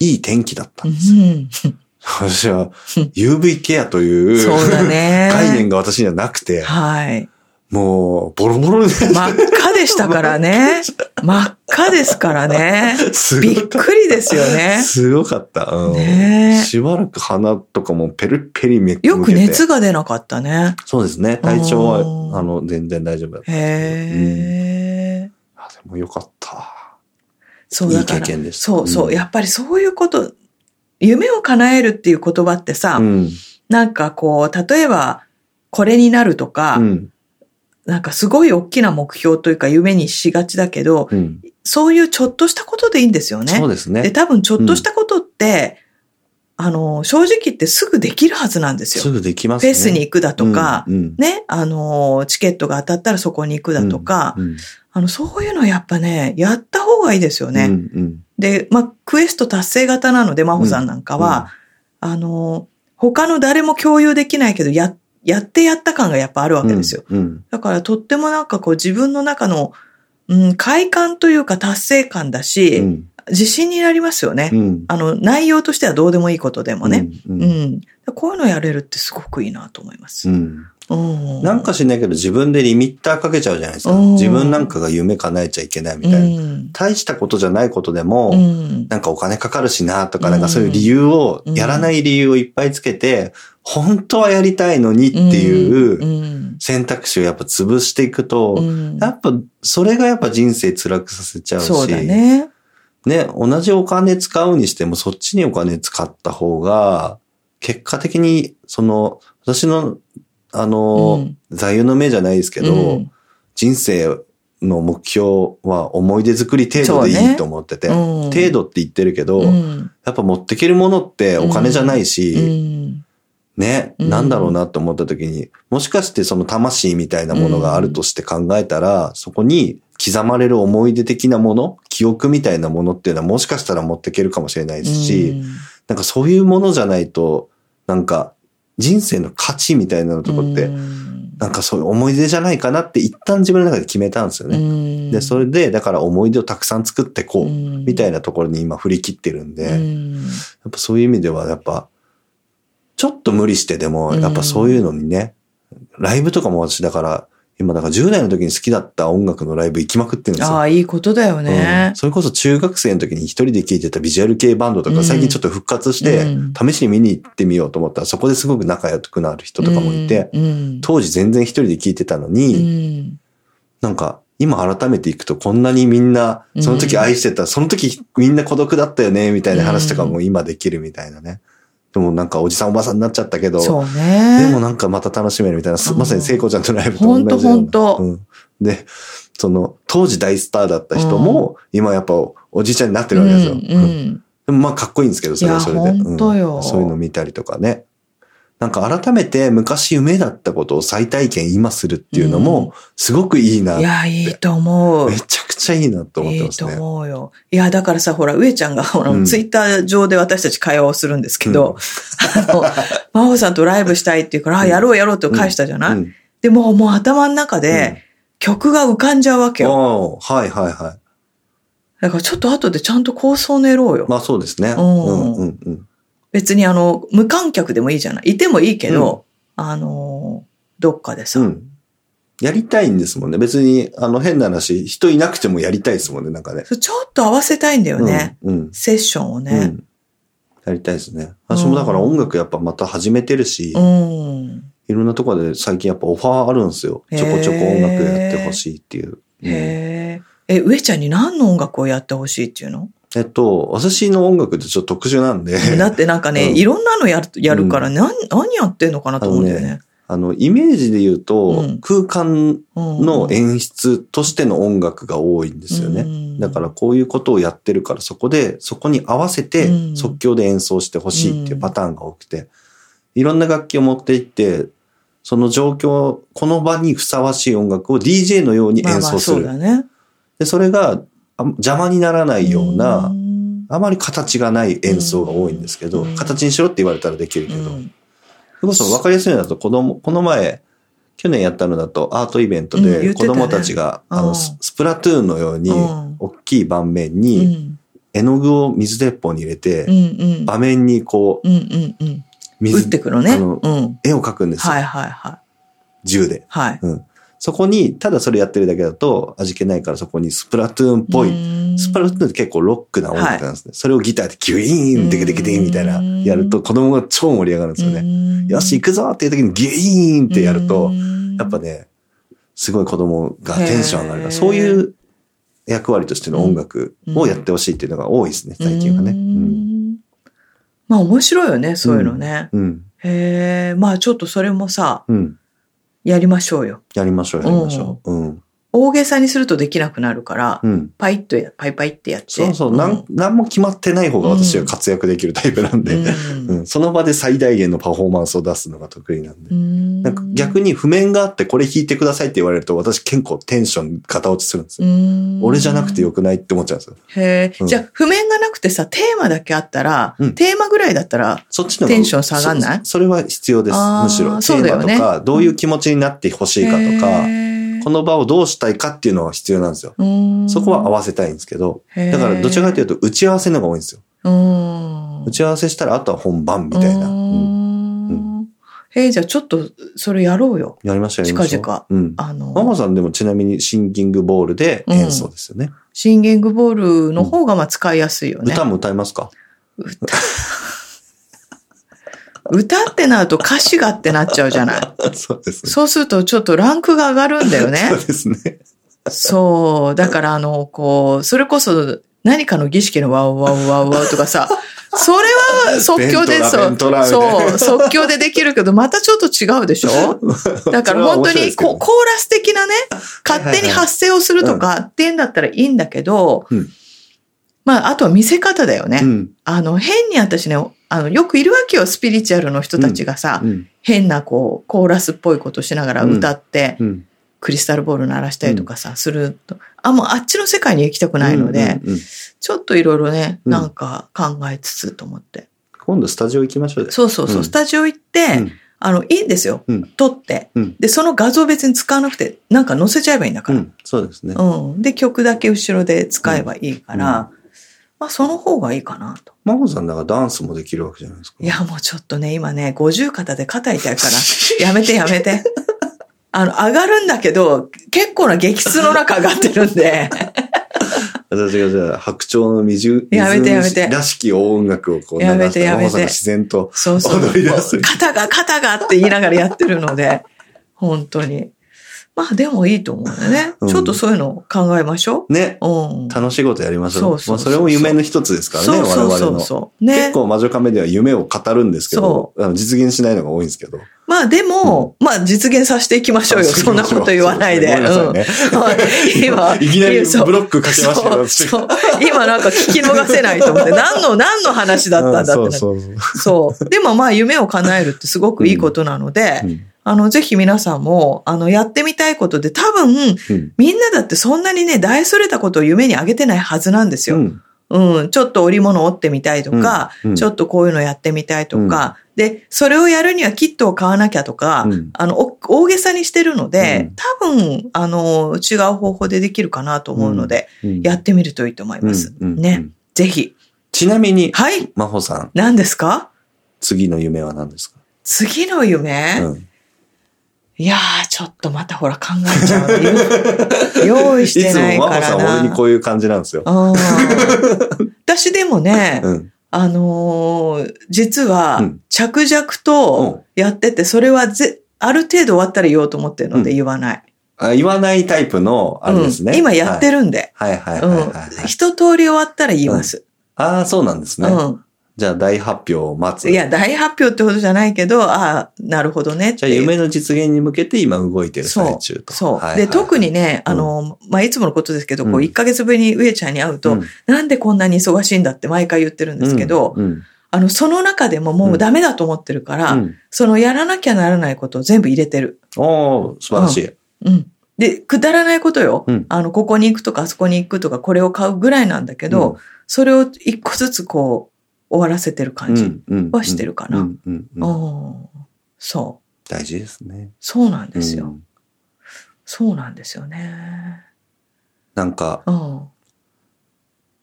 Speaker 2: いい天気だった
Speaker 1: うんん
Speaker 2: ですよ。私は UV ケアという
Speaker 1: そうだね。
Speaker 2: 概念が私にはなくて、
Speaker 1: はい。
Speaker 2: もうボロボロで、
Speaker 1: 真っ赤でしたから ね。真っ赤ですからね。
Speaker 2: す
Speaker 1: び
Speaker 2: ご
Speaker 1: っ
Speaker 2: かっ
Speaker 1: くりですよ
Speaker 2: た。
Speaker 1: ね。
Speaker 2: すごかった。うん
Speaker 1: ねえ
Speaker 2: しばらく鼻とかもペルペリめっ
Speaker 1: よく熱が出なかったね。
Speaker 2: そうですね。体調は
Speaker 1: うん、
Speaker 2: あの、全然大丈夫だったんですけど。うん
Speaker 1: へえ。
Speaker 2: あでもよかった。
Speaker 1: そう
Speaker 2: い
Speaker 1: だ
Speaker 2: い
Speaker 1: か
Speaker 2: 経
Speaker 1: ら。
Speaker 2: 験でした。
Speaker 1: そうそう。
Speaker 2: ん
Speaker 1: やっぱりそういうこと夢を叶えるっていう言葉ってさ、
Speaker 2: うん。
Speaker 1: なんかこう、例えば、これになるとか、
Speaker 2: うん。
Speaker 1: なんかすごい大きな目標というか夢にしがちだけど、
Speaker 2: うん。
Speaker 1: そういうちょっとしたことでいいんですよね。
Speaker 2: そうです
Speaker 1: で、
Speaker 2: ね。
Speaker 1: 多分ちょっとしたことって、あの、正直言ってすぐできるはずなんですよ。
Speaker 2: すぐできます
Speaker 1: フ
Speaker 2: ね。
Speaker 1: ェスに行くだとか、
Speaker 2: うん、うん
Speaker 1: ね、あの、チケットが当たったらそこに行くだとか、
Speaker 2: うん
Speaker 1: あの、そういうのやっぱね、やった方がいいですよね。
Speaker 2: うんうん
Speaker 1: で、まあ、クエスト達成型なので、真帆さんなんかは、あの、他の誰も共有できないけど、や、やってやった感がやっぱあるわけですよ。
Speaker 2: うん
Speaker 1: だからとってもなんかこう自分の中の、うん、快感というか達成感だし、
Speaker 2: うん
Speaker 1: 自信になりますよね。
Speaker 2: うん
Speaker 1: あの、内容としてはどうでもいいことでもね。
Speaker 2: う
Speaker 1: うんん。
Speaker 2: うん
Speaker 1: こういうのやれるってすごくいいなと思います。うん
Speaker 2: なんかしないけど自分でリミッターかけちゃうじゃないですか。
Speaker 1: うん
Speaker 2: 自分なんかが夢叶えちゃいけないみたいな。
Speaker 1: うん
Speaker 2: 大したことじゃないことで
Speaker 1: う
Speaker 2: も、
Speaker 1: ん。
Speaker 2: なんかお金かかるしなとか、
Speaker 1: うん
Speaker 2: なんかそういう理由を、
Speaker 1: うん。
Speaker 2: やらない理由をいっぱいつけて、本当はやりたいのにっていううん選択肢をやっぱ潰していく
Speaker 1: う
Speaker 2: と、
Speaker 1: ん
Speaker 2: やっぱそれがやっぱ人生辛くさせちゃうし、
Speaker 1: そうだね。
Speaker 2: ね、同じお金使うにしてもそっちにお金使った方が、結果的に、その、私の、あ
Speaker 1: う
Speaker 2: の
Speaker 1: ん、
Speaker 2: 座右の銘じゃないですけど、
Speaker 1: うん
Speaker 2: 人生の目標は思い出作り程度で
Speaker 1: そう
Speaker 2: いい
Speaker 1: ね
Speaker 2: と思ってて、
Speaker 1: うん
Speaker 2: 程度って言ってるけど、
Speaker 1: うん
Speaker 2: やっぱ持ってけるものってお金じゃないし、
Speaker 1: うん
Speaker 2: ね、
Speaker 1: うん
Speaker 2: なんだろうなって思った時に、もしかしてその魂みたいなものがあるとして考えたら、そこに刻まれる思い出的なもの、記憶みたいなものっていうのはもしかしたら持ってけるかもしれないですし、なんかそういうものじゃないと、なんか人生の価値みたいなのとこって、
Speaker 1: うん
Speaker 2: なんかそういう思い出じゃないかなって一旦自分の中で決めたんですよね。
Speaker 1: うん
Speaker 2: で、それで、だから思い出をたくさん作ってこう、
Speaker 1: うん
Speaker 2: みたいなところに今振り切ってるんで、
Speaker 1: う
Speaker 2: や
Speaker 1: ん
Speaker 2: っぱそういう意味では、やっぱ、ちょっと無理してでも、
Speaker 1: うん
Speaker 2: やっぱそういうのにね、ライブとかも私だから、今だから10代の時に好きだった音楽のライブ行きまくってるんです
Speaker 1: あ
Speaker 2: よ。
Speaker 1: あ、いいことだよ
Speaker 2: う
Speaker 1: ね
Speaker 2: ん。それこそ中学生の時に一人で聴いてたビジュアル系バンドと
Speaker 1: う
Speaker 2: か
Speaker 1: ん
Speaker 2: 最近ちょっと復活して
Speaker 1: うん
Speaker 2: 試しに見に行ってみようと思ったらそこですごく仲良くなる人とかもいて
Speaker 1: うん、
Speaker 2: 当時全然一人で聴いてたのに
Speaker 1: うん
Speaker 2: なんか、今改めて行くとこんなにみんな、その時愛してた、その時みんな孤独だったよね、みたいな話とかも今できるみたいなね。でもなんかおじさんおばさんになっちゃったけど、
Speaker 1: そう
Speaker 2: で
Speaker 1: ね。
Speaker 2: もなんかまた楽しめるみたいな、す
Speaker 1: うん
Speaker 2: まさに聖子ちゃんとライブと同じような。
Speaker 1: ほんとほんと
Speaker 2: うんで、その、当時大スターだった人も、今やっぱおじいちゃんになってるわけですよ。
Speaker 1: うんうん
Speaker 2: でもまあかっこいいんですけど、それはそれで。
Speaker 1: いやほんとよ
Speaker 2: うんそういうの見たりとかね。なんか改めて昔夢だったことを再体験今するっていうのも、すごくいいなっ
Speaker 1: いや、いいと思う
Speaker 2: め。ちゃくちゃいいなと思って
Speaker 1: いい
Speaker 2: ます
Speaker 1: と
Speaker 2: ね。
Speaker 1: 思うよ。いや、だからさ、ほら、上ちゃんが、ほら、
Speaker 2: うん
Speaker 1: ツイッター上で私たち会話をするんですけど、あの、真帆さんとライブしたいっていうから、あ、やろうやろうって返したじゃない、
Speaker 2: うん
Speaker 1: でも、もう頭の中で、曲が浮かんじゃうわけ
Speaker 2: うん
Speaker 1: よ。
Speaker 2: おーはいはいはい。
Speaker 1: だから、ちょっと後でちゃんと構想練ろうよ。
Speaker 2: まあそうですね。う
Speaker 1: うんん
Speaker 2: うんうん。
Speaker 1: 別に、あの、無観客でもいいじゃないいてもいいけど、あの、どっかでさ、
Speaker 2: うん。やりたいんですもんね。別に、あの、変な話、人いなくてもやりたいですもんね、なんかね。
Speaker 1: そうちょっと合わせたいんだよね。
Speaker 2: うん。うん。
Speaker 1: セッションを
Speaker 2: う
Speaker 1: ね。
Speaker 2: んやりたいですね。私もだから音楽やっぱまた始めてるし、
Speaker 1: うん。
Speaker 2: いろんなところで最近やっぱオファーあるんですよ。
Speaker 1: へー
Speaker 2: ちょこちょこ音楽やってほしいっていう。うん
Speaker 1: へえ。え、上ちゃんに何の音楽をやってほしいっていうの
Speaker 2: えっと、私の音楽ってちょっと特殊なんで、
Speaker 1: だってなんかね、
Speaker 2: うん
Speaker 1: いろんなのやるやるから、何、何やってんのかなと思うんだよ
Speaker 2: あの
Speaker 1: ね。
Speaker 2: あの、イメージで言うと、
Speaker 1: うん
Speaker 2: 空間
Speaker 1: うん
Speaker 2: の演出としての音楽が多いんですよね。
Speaker 1: うん
Speaker 2: だからこういうことをやってるからそこで、そこに合わせ
Speaker 1: う
Speaker 2: て
Speaker 1: ん
Speaker 2: 即興で演奏してほしいっていうパターンが多くて、いろんな楽器を持っていって、その状況、この場にふさわしい音楽を DJ のように
Speaker 1: まあ
Speaker 2: 演
Speaker 1: ま
Speaker 2: 奏
Speaker 1: あ
Speaker 2: す
Speaker 1: そ
Speaker 2: る。
Speaker 1: うだね。
Speaker 2: で、それがあ邪魔にならないような、
Speaker 1: ん
Speaker 2: あまり形がない演奏が多いんですけど、
Speaker 1: うん
Speaker 2: 形にしろって言われたらできるけど、
Speaker 1: うん
Speaker 2: それこそ分かりやすいのだと、子供、この前、去年やったのだと、アートイベント
Speaker 1: うん言
Speaker 2: で
Speaker 1: っ
Speaker 2: 子
Speaker 1: てたね
Speaker 2: 供たちが、あ
Speaker 1: う
Speaker 2: の、
Speaker 1: ん
Speaker 2: ススプラトゥーンのように
Speaker 1: うん、
Speaker 2: 大きい盤面
Speaker 1: う
Speaker 2: に、
Speaker 1: ん
Speaker 2: 絵の具を水鉄砲に入れ
Speaker 1: う
Speaker 2: て、
Speaker 1: んうん
Speaker 2: 場面にこう、
Speaker 1: うんうんうん。打って
Speaker 2: 水、
Speaker 1: くのね。
Speaker 2: あ
Speaker 1: う
Speaker 2: の
Speaker 1: ん。
Speaker 2: 絵を描くんですよ
Speaker 1: はいはいはい。
Speaker 2: 銃で。
Speaker 1: はい。
Speaker 2: うん。そこに、ただそれやってるだけだと味気ないから、そこにスプラトゥーンっぽい。
Speaker 1: い
Speaker 2: スプラトゥーンって結構ロックな音楽なんですね。それをギターでギュイーン、デケデケデケみたいな、やると子供が超盛り上がるんですよね。
Speaker 1: ね
Speaker 2: よし、行
Speaker 1: く
Speaker 2: くぞっていう時にギュイーンってやると、、やっぱ
Speaker 1: ね、
Speaker 2: ね、すごい子供がテンション上がるか
Speaker 1: へ
Speaker 2: ら、
Speaker 1: ー
Speaker 2: そういう役割としての音楽をやってほしいっていうのが多いですね、最近はね。
Speaker 1: う
Speaker 2: うんん
Speaker 1: まあ面白いよね、そういうのね。
Speaker 2: うん。
Speaker 1: へえ、まあちょっとそれもさ、
Speaker 2: うん。
Speaker 1: やりましょうよ。
Speaker 2: やりましょう、やりましょう。うん。
Speaker 1: 大げさにするとできなくなるから、
Speaker 2: うん。
Speaker 1: パイッとや、パイパイってやって。
Speaker 2: そうそう。
Speaker 1: ん
Speaker 2: なん、なんも決まってない方が私は活躍できるタイプなんで、
Speaker 1: う
Speaker 2: うんん。その場で最大限のパフォーマンスを出すのが得意なんで
Speaker 1: う。ん。
Speaker 2: なんか逆に譜面があってこれ弾いてくださいって言われると私結構テンション型落ちするんですよ。
Speaker 1: うん
Speaker 2: 俺じゃなくてよくないって思っちゃうんですよ。
Speaker 1: へえ、
Speaker 2: うん
Speaker 1: じゃあ、譜面がなくてさ、テーマだけあったら、
Speaker 2: うん
Speaker 1: テーマぐらいだったら、
Speaker 2: そっちの方が
Speaker 1: テンション下がんない
Speaker 2: そそれは必要です。
Speaker 1: あー
Speaker 2: むしろ。テ
Speaker 1: そうだ
Speaker 2: ー
Speaker 1: よ
Speaker 2: マ
Speaker 1: ね
Speaker 2: とか、どういう気持ちになってほしいかとか、
Speaker 1: へえ
Speaker 2: この場をどうしたいかっていうのは必要なんですよ。
Speaker 1: うん
Speaker 2: そこは合わせたいんですけど、
Speaker 1: へえ
Speaker 2: だからどちらかというと打ち合わせの方が多いんですよ。
Speaker 1: うん。
Speaker 2: 打ち合わせしたらあとは本番みたいな。
Speaker 1: う
Speaker 2: うん
Speaker 1: んへえ、じゃあちょっと、それやろうよ。
Speaker 2: やりましょうやりましょう。
Speaker 1: 近々
Speaker 2: うん。マ
Speaker 1: あ
Speaker 2: マ
Speaker 1: の、
Speaker 2: さんでもちなみにシンキングボールで演奏ですよね。
Speaker 1: シンギングボールの方がまあ使いやすいよね。
Speaker 2: 歌も歌いますか
Speaker 1: 歌。歌ってなると歌詞がってなっちゃうじゃない。
Speaker 2: そうですね。
Speaker 1: そうするとちょっとランクが上がるんだよね。
Speaker 2: そうですね。
Speaker 1: そう。だから、あの、こう、それこそ何かの儀式のワウワウワウワウとか さ、それは即興で、
Speaker 2: ベントラ
Speaker 1: そ
Speaker 2: ベン
Speaker 1: う、
Speaker 2: トラみたい
Speaker 1: そう、即興でできるけど、またちょっと違うでし ょだから本当
Speaker 2: それは面白いで
Speaker 1: に
Speaker 2: すけど
Speaker 1: こう、コーラス的なね、勝手に発声をするとかっていうんだったらいいんだけど、
Speaker 2: うん
Speaker 1: まあ、あとは見せ方だよね。
Speaker 2: うん。
Speaker 1: あの、変に私ね、あの、よくいるわけよ、スピリチュアルの人たちがさ、
Speaker 2: うん。
Speaker 1: 変なこう、コーラスっぽいことしながら歌って、
Speaker 2: うん。
Speaker 1: クリスタルボール鳴らしたりとかさ、すると、あ、もうあっちの世界に行きたくないので、
Speaker 2: うんうんうん
Speaker 1: ちょっといろいろね、
Speaker 2: うん
Speaker 1: なんか考えつつと思って。
Speaker 2: 今度スタジオ行きましょうよ
Speaker 1: そうそうそう、
Speaker 2: うん
Speaker 1: スタジオ行って、
Speaker 2: うん
Speaker 1: あの、いいんですよ。
Speaker 2: うん
Speaker 1: 撮って、
Speaker 2: うん
Speaker 1: で、その画像別に使わなくて、なんか載せちゃえばいいんだか
Speaker 2: う
Speaker 1: ら。
Speaker 2: ん。そうですね。
Speaker 1: うん。で、曲だけ後ろで使えばいいから、まあ、その方がいいかなと。
Speaker 2: マホさんだからダンスもできるわけじゃないですか。
Speaker 1: いや、もうちょっとね、今ね、五十肩で肩痛い から、やめてやめて。あの、上がるんだけど、結構な激痛の中上がってるんで。
Speaker 2: 私がじゃあ、白鳥の水、水
Speaker 1: やめてやめて
Speaker 2: らしき大音楽をこう流
Speaker 1: やめ
Speaker 2: してて、
Speaker 1: や
Speaker 2: マホ
Speaker 1: めて
Speaker 2: さんが自然と。
Speaker 1: そうそう。
Speaker 2: 踊り出す
Speaker 1: もう肩が、肩がって言いながらやってるの で、本当に。まあでもいいと思うんだね。
Speaker 2: うん
Speaker 1: ちょっとそういうのを考えましょ
Speaker 2: ね。
Speaker 1: う。うん。
Speaker 2: 楽しいことやりましょう。
Speaker 1: そうそう
Speaker 2: まあそれも夢の一つですからね、
Speaker 1: そうそう
Speaker 2: 我
Speaker 1: そ
Speaker 2: 々
Speaker 1: う
Speaker 2: の。
Speaker 1: そう。ね
Speaker 2: 結。構魔女カメでは夢を語るんですけど
Speaker 1: そ、
Speaker 2: あの実現しないのが多いんですけど。
Speaker 1: まあでも、まあ実現させていきま しょうよ。
Speaker 2: あ
Speaker 1: そんなこと言わないで。
Speaker 2: そうですねごめんなさ
Speaker 1: うん はい
Speaker 2: い
Speaker 1: 今、
Speaker 2: きなりブロックかけましたけ
Speaker 1: そ
Speaker 2: ど
Speaker 1: う、そう。今なんか聞き逃せないと思 って、何の、何の話だったんだってな
Speaker 2: そ
Speaker 1: っ
Speaker 2: う
Speaker 1: て。
Speaker 2: そうそう。
Speaker 1: そう。でもまあ夢を叶えるってすごくいいことなので、
Speaker 2: うん
Speaker 1: あの、ぜひ皆さんも、あの、やってみたいことで、多分、
Speaker 2: うん
Speaker 1: みんなだってそんなにね、大それたことを夢にあげてないはずなんです
Speaker 2: う
Speaker 1: よ。
Speaker 2: ん
Speaker 1: うん、ちょっと織物織ってみたいとか、
Speaker 2: うんうん
Speaker 1: ちょっとこういうのやってみたいとか、で、それをやるにはキットを買わなきゃとか、
Speaker 2: うん
Speaker 1: あの、お大げさにしてるので、
Speaker 2: うん
Speaker 1: 多分、あの、違う方法でできるかなと思うので、
Speaker 2: うん
Speaker 1: やってみるといいと思います。
Speaker 2: うんうん
Speaker 1: ね、
Speaker 2: うん
Speaker 1: ぜひ。
Speaker 2: ちなみに、
Speaker 1: はい。
Speaker 2: 真帆さん、
Speaker 1: 何ですか
Speaker 2: 次の夢は何ですか
Speaker 1: 次の夢、
Speaker 2: うん
Speaker 1: いやー、ちょっとまたほら考えちゃうね。 用意
Speaker 2: い
Speaker 1: して
Speaker 2: つ
Speaker 1: ない
Speaker 2: も
Speaker 1: か
Speaker 2: マホさ
Speaker 1: ら
Speaker 2: ん
Speaker 1: な。
Speaker 2: 俺にこういう感じなんですよ。
Speaker 1: あー私でもね、
Speaker 2: うん。
Speaker 1: あのー実
Speaker 2: う
Speaker 1: は
Speaker 2: ん、
Speaker 1: 着々とやってて、それはぜ、ある程度終わったら言おうと思ってるので
Speaker 2: うん
Speaker 1: 言わない。
Speaker 2: あ言わないタイプの、あれですね。
Speaker 1: うん今やってるんで。
Speaker 2: はい。はいはい
Speaker 1: うん
Speaker 2: はいはい。
Speaker 1: 一通り終わったら言います。
Speaker 2: ああ、そうなんです
Speaker 1: う
Speaker 2: ね。
Speaker 1: ん。
Speaker 2: じゃあ大発表を待つ。
Speaker 1: いや、大発表ってほどじゃないけど、ああ、なるほどねって
Speaker 2: じゃあ
Speaker 1: いう。
Speaker 2: 夢の実現に向けて今動いてる最中と。
Speaker 1: そう。
Speaker 2: はいはい
Speaker 1: で、特にね、あの、まあ、いつものことですけど、こ
Speaker 2: う
Speaker 1: う、
Speaker 2: ん
Speaker 1: 1ヶ月ぶりに上ちゃんに会うと、
Speaker 2: うん
Speaker 1: なんでこんなに忙しいんだって毎回言ってるんですけど、
Speaker 2: うんうん
Speaker 1: あの、その中でももうダメだと思ってるから、
Speaker 2: うん
Speaker 1: そのやらなきゃならないことを全部入れてる。
Speaker 2: おー素晴らしい。
Speaker 1: うん。で、くだらないことよ。
Speaker 2: うん
Speaker 1: あの、ここに行くとか、あそこに行くとか、これを買うぐらいなんだけど、それを一個ずつこう、終わらせてる
Speaker 2: う
Speaker 1: 感じ。
Speaker 2: ん、うん
Speaker 1: はしてるかな
Speaker 2: うんうんうん
Speaker 1: うんそう。
Speaker 2: 大事ですね。
Speaker 1: そうなんですよ。
Speaker 2: うん
Speaker 1: そうなんですよね。
Speaker 2: なんか、
Speaker 1: うん。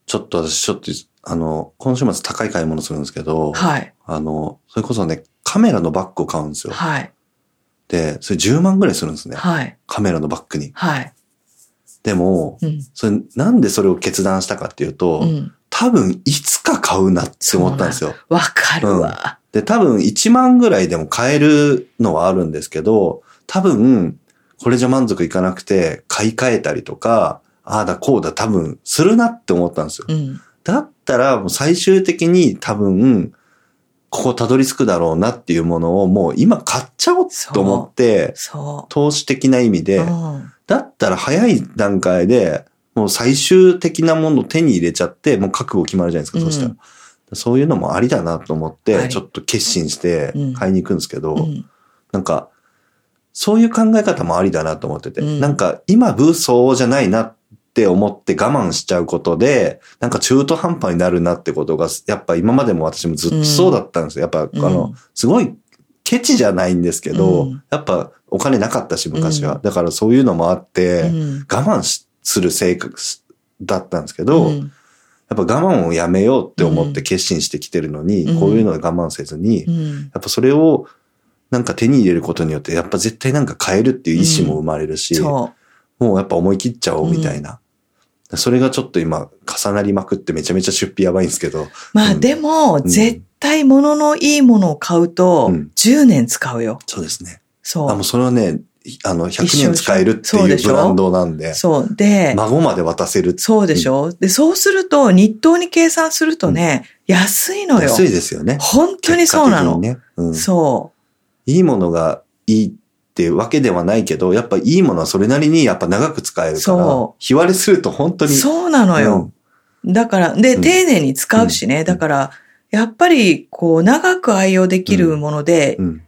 Speaker 2: ちょっと私、ちょっと、あの、今週末高い買い物するんですけど、
Speaker 1: はい。
Speaker 2: あの、それこそね、カメラのバッグを買うんですよ。
Speaker 1: はい。
Speaker 2: で、それ10万ぐらいするんですね。
Speaker 1: はい。
Speaker 2: カメラのバッグに。
Speaker 1: はい。
Speaker 2: でも、
Speaker 1: うん。
Speaker 2: それ、なんでそれを決断したかっていうと、
Speaker 1: うん。
Speaker 2: 多分いつか買うなって思ったんですよ。
Speaker 1: わかるわ。
Speaker 2: で、多分1万ぐらいでも買えるのはあるんですけど、多分、これじゃ満足いかなくて、買い替えたりとか、ああだこうだ多分するなって思ったんですよ
Speaker 1: う。ん。
Speaker 2: だったら、もう最終的に多分、ここたどり着くだろうなっていうものをもう今買っちゃおうと思って、
Speaker 1: そ
Speaker 2: 投資的な意味
Speaker 1: う。
Speaker 2: で、
Speaker 1: うん
Speaker 2: だったら早い段階で、もう最終的なものを手に入れちゃって、もう覚悟決まるじゃないですか、
Speaker 1: うん
Speaker 2: そうしたら。そういうのもありだなと思っ
Speaker 1: は
Speaker 2: て、
Speaker 1: い
Speaker 2: ちょっと決心して
Speaker 1: うん
Speaker 2: 買いに行くんですけど、
Speaker 1: うん
Speaker 2: なんか、そういう考え方もありだなと思ってて、
Speaker 1: うん
Speaker 2: なんか今ブーソーじゃないなって思って我慢しちゃうことで、なんか中途半端になるなってことが、やっぱ今までも私もずっとそうだったんですよ。やっぱ、あの、すごいケチじゃないんですけど、
Speaker 1: うん
Speaker 2: やっぱお金なかったし昔は。
Speaker 1: うん
Speaker 2: だからそういうのもあって、
Speaker 1: うん
Speaker 2: 我慢しする性格だったんですけど、
Speaker 1: う
Speaker 2: やっ
Speaker 1: ん
Speaker 2: ぱ我慢をやめようって思って決心してきてるのに、
Speaker 1: うん
Speaker 2: こういうのは我慢せずに、
Speaker 1: うん
Speaker 2: やっぱそれをなんか手に入れることによって、やっぱ絶対なんか変えるっていう意思も生まれるし、
Speaker 1: そ
Speaker 2: もうやっぱ思い切っちゃおうみたいな。それがちょっと今重なりまくってめちゃめちゃ出費やばいんですけど、
Speaker 1: う。まあ
Speaker 2: うん
Speaker 1: でも、
Speaker 2: ん
Speaker 1: 絶対物のいいものを買うと
Speaker 2: うん、
Speaker 1: 10年使うよ。
Speaker 2: そうですね。
Speaker 1: そ
Speaker 2: あ、もう
Speaker 1: う。
Speaker 2: それはね、いあの、100
Speaker 1: 一緒
Speaker 2: 年使えるって
Speaker 1: そう
Speaker 2: い
Speaker 1: で
Speaker 2: う
Speaker 1: し
Speaker 2: ブ
Speaker 1: ょ
Speaker 2: ランドなんで、
Speaker 1: そう。で、
Speaker 2: 孫まで渡せるって
Speaker 1: そうでしょで、そうすると、日当に計算するとね、安いのよ。
Speaker 2: 安いですよね。
Speaker 1: 本当にそうなの。
Speaker 2: 結果的にねうん
Speaker 1: そ
Speaker 2: いいものがいいってわけではないけど、やっぱいいものはそれなりにやっぱ長く使えるから
Speaker 1: そ、
Speaker 2: 日割りすると本当
Speaker 1: う。
Speaker 2: に。
Speaker 1: そうなのよ。だから、で、
Speaker 2: うん
Speaker 1: 丁寧に使うしね。だから、やっぱり、こう、長く愛用できるもので
Speaker 2: う、ん。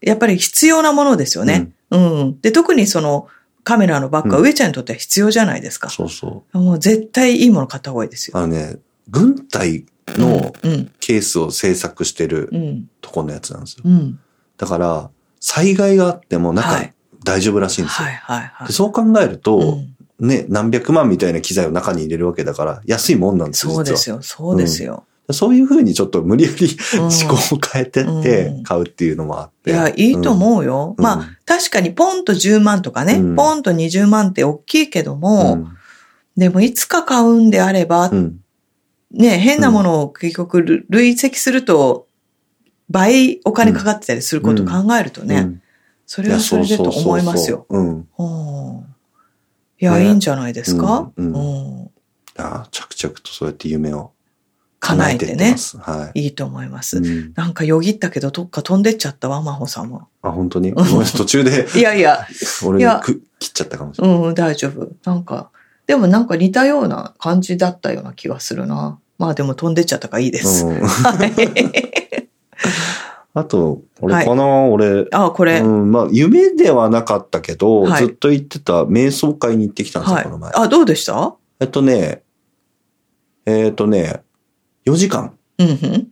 Speaker 1: やっぱり必要なものですよね。うん。で、特にその、カメラのバッグは、
Speaker 2: うん
Speaker 1: 上ちゃんにとっては必要じゃないです
Speaker 2: うん。
Speaker 1: か。
Speaker 2: そうそう。
Speaker 1: もう絶対いいもの買った方がいいですよ。
Speaker 2: あのね、軍隊の
Speaker 1: うん、
Speaker 2: ケースを製作してる
Speaker 1: うん、
Speaker 2: とこのやつなんですよ。
Speaker 1: うん。
Speaker 2: だから、災害があっても
Speaker 1: は
Speaker 2: 中
Speaker 1: い
Speaker 2: 大丈夫らしいんですよ。
Speaker 1: はい、はい、はい
Speaker 2: で。そう考える
Speaker 1: う
Speaker 2: と、
Speaker 1: ん
Speaker 2: ね、何百万みたいな機材を中に入れるわけだから、安いもんなんですよ、
Speaker 1: そうで
Speaker 2: 実
Speaker 1: すよ、そうですよ。
Speaker 2: はそういうふうにちょっと無理やり
Speaker 1: うん
Speaker 2: 思考を変えてって
Speaker 1: うん
Speaker 2: 買うっていうのもあっ
Speaker 1: い
Speaker 2: て。
Speaker 1: や、いいと思うよ。
Speaker 2: うん
Speaker 1: まあ、確かにポンと10万とかね、
Speaker 2: うん
Speaker 1: ポンと20万って大きいけど
Speaker 2: うん。
Speaker 1: も、でもいつか買うんであれば、
Speaker 2: うん。
Speaker 1: ね、変なものを結局る累積すると、倍お金かかってたりすることを考えるとね、
Speaker 2: うん
Speaker 1: それはそれでと思いますよ。。
Speaker 2: いやそうそうそうそううん。
Speaker 1: うんいや、
Speaker 2: ね
Speaker 1: いいんじゃないですか、
Speaker 2: うんう
Speaker 1: うん
Speaker 2: ああ、着々とそうやって夢を
Speaker 1: 叶えて
Speaker 2: って
Speaker 1: ね
Speaker 2: ま、す。はい
Speaker 1: いと思いま
Speaker 2: い。
Speaker 1: す。
Speaker 2: うん
Speaker 1: なんかよぎったけど、どっか飛んでっちゃったわ、真帆さんも。
Speaker 2: あ、本当にごめん 途中で
Speaker 1: いやいや、
Speaker 2: 俺
Speaker 1: いや
Speaker 2: がく切っちゃったかもしれない。
Speaker 1: うん、大丈夫。なんか、でもなんか似たような感じだったような気がするな。まあでも飛んでっちゃったからいいです。
Speaker 2: うん
Speaker 1: はい。
Speaker 2: あと、俺
Speaker 1: はい
Speaker 2: かな、俺。
Speaker 1: あ、これ。
Speaker 2: うん、まあ、夢ではなかったけど、
Speaker 1: はい
Speaker 2: ずっと行ってた瞑想会に行ってきたんですよ、
Speaker 1: はい
Speaker 2: この前。。
Speaker 1: あ、どうでした
Speaker 2: えっとね、えっとね、4時間、
Speaker 1: うんうん。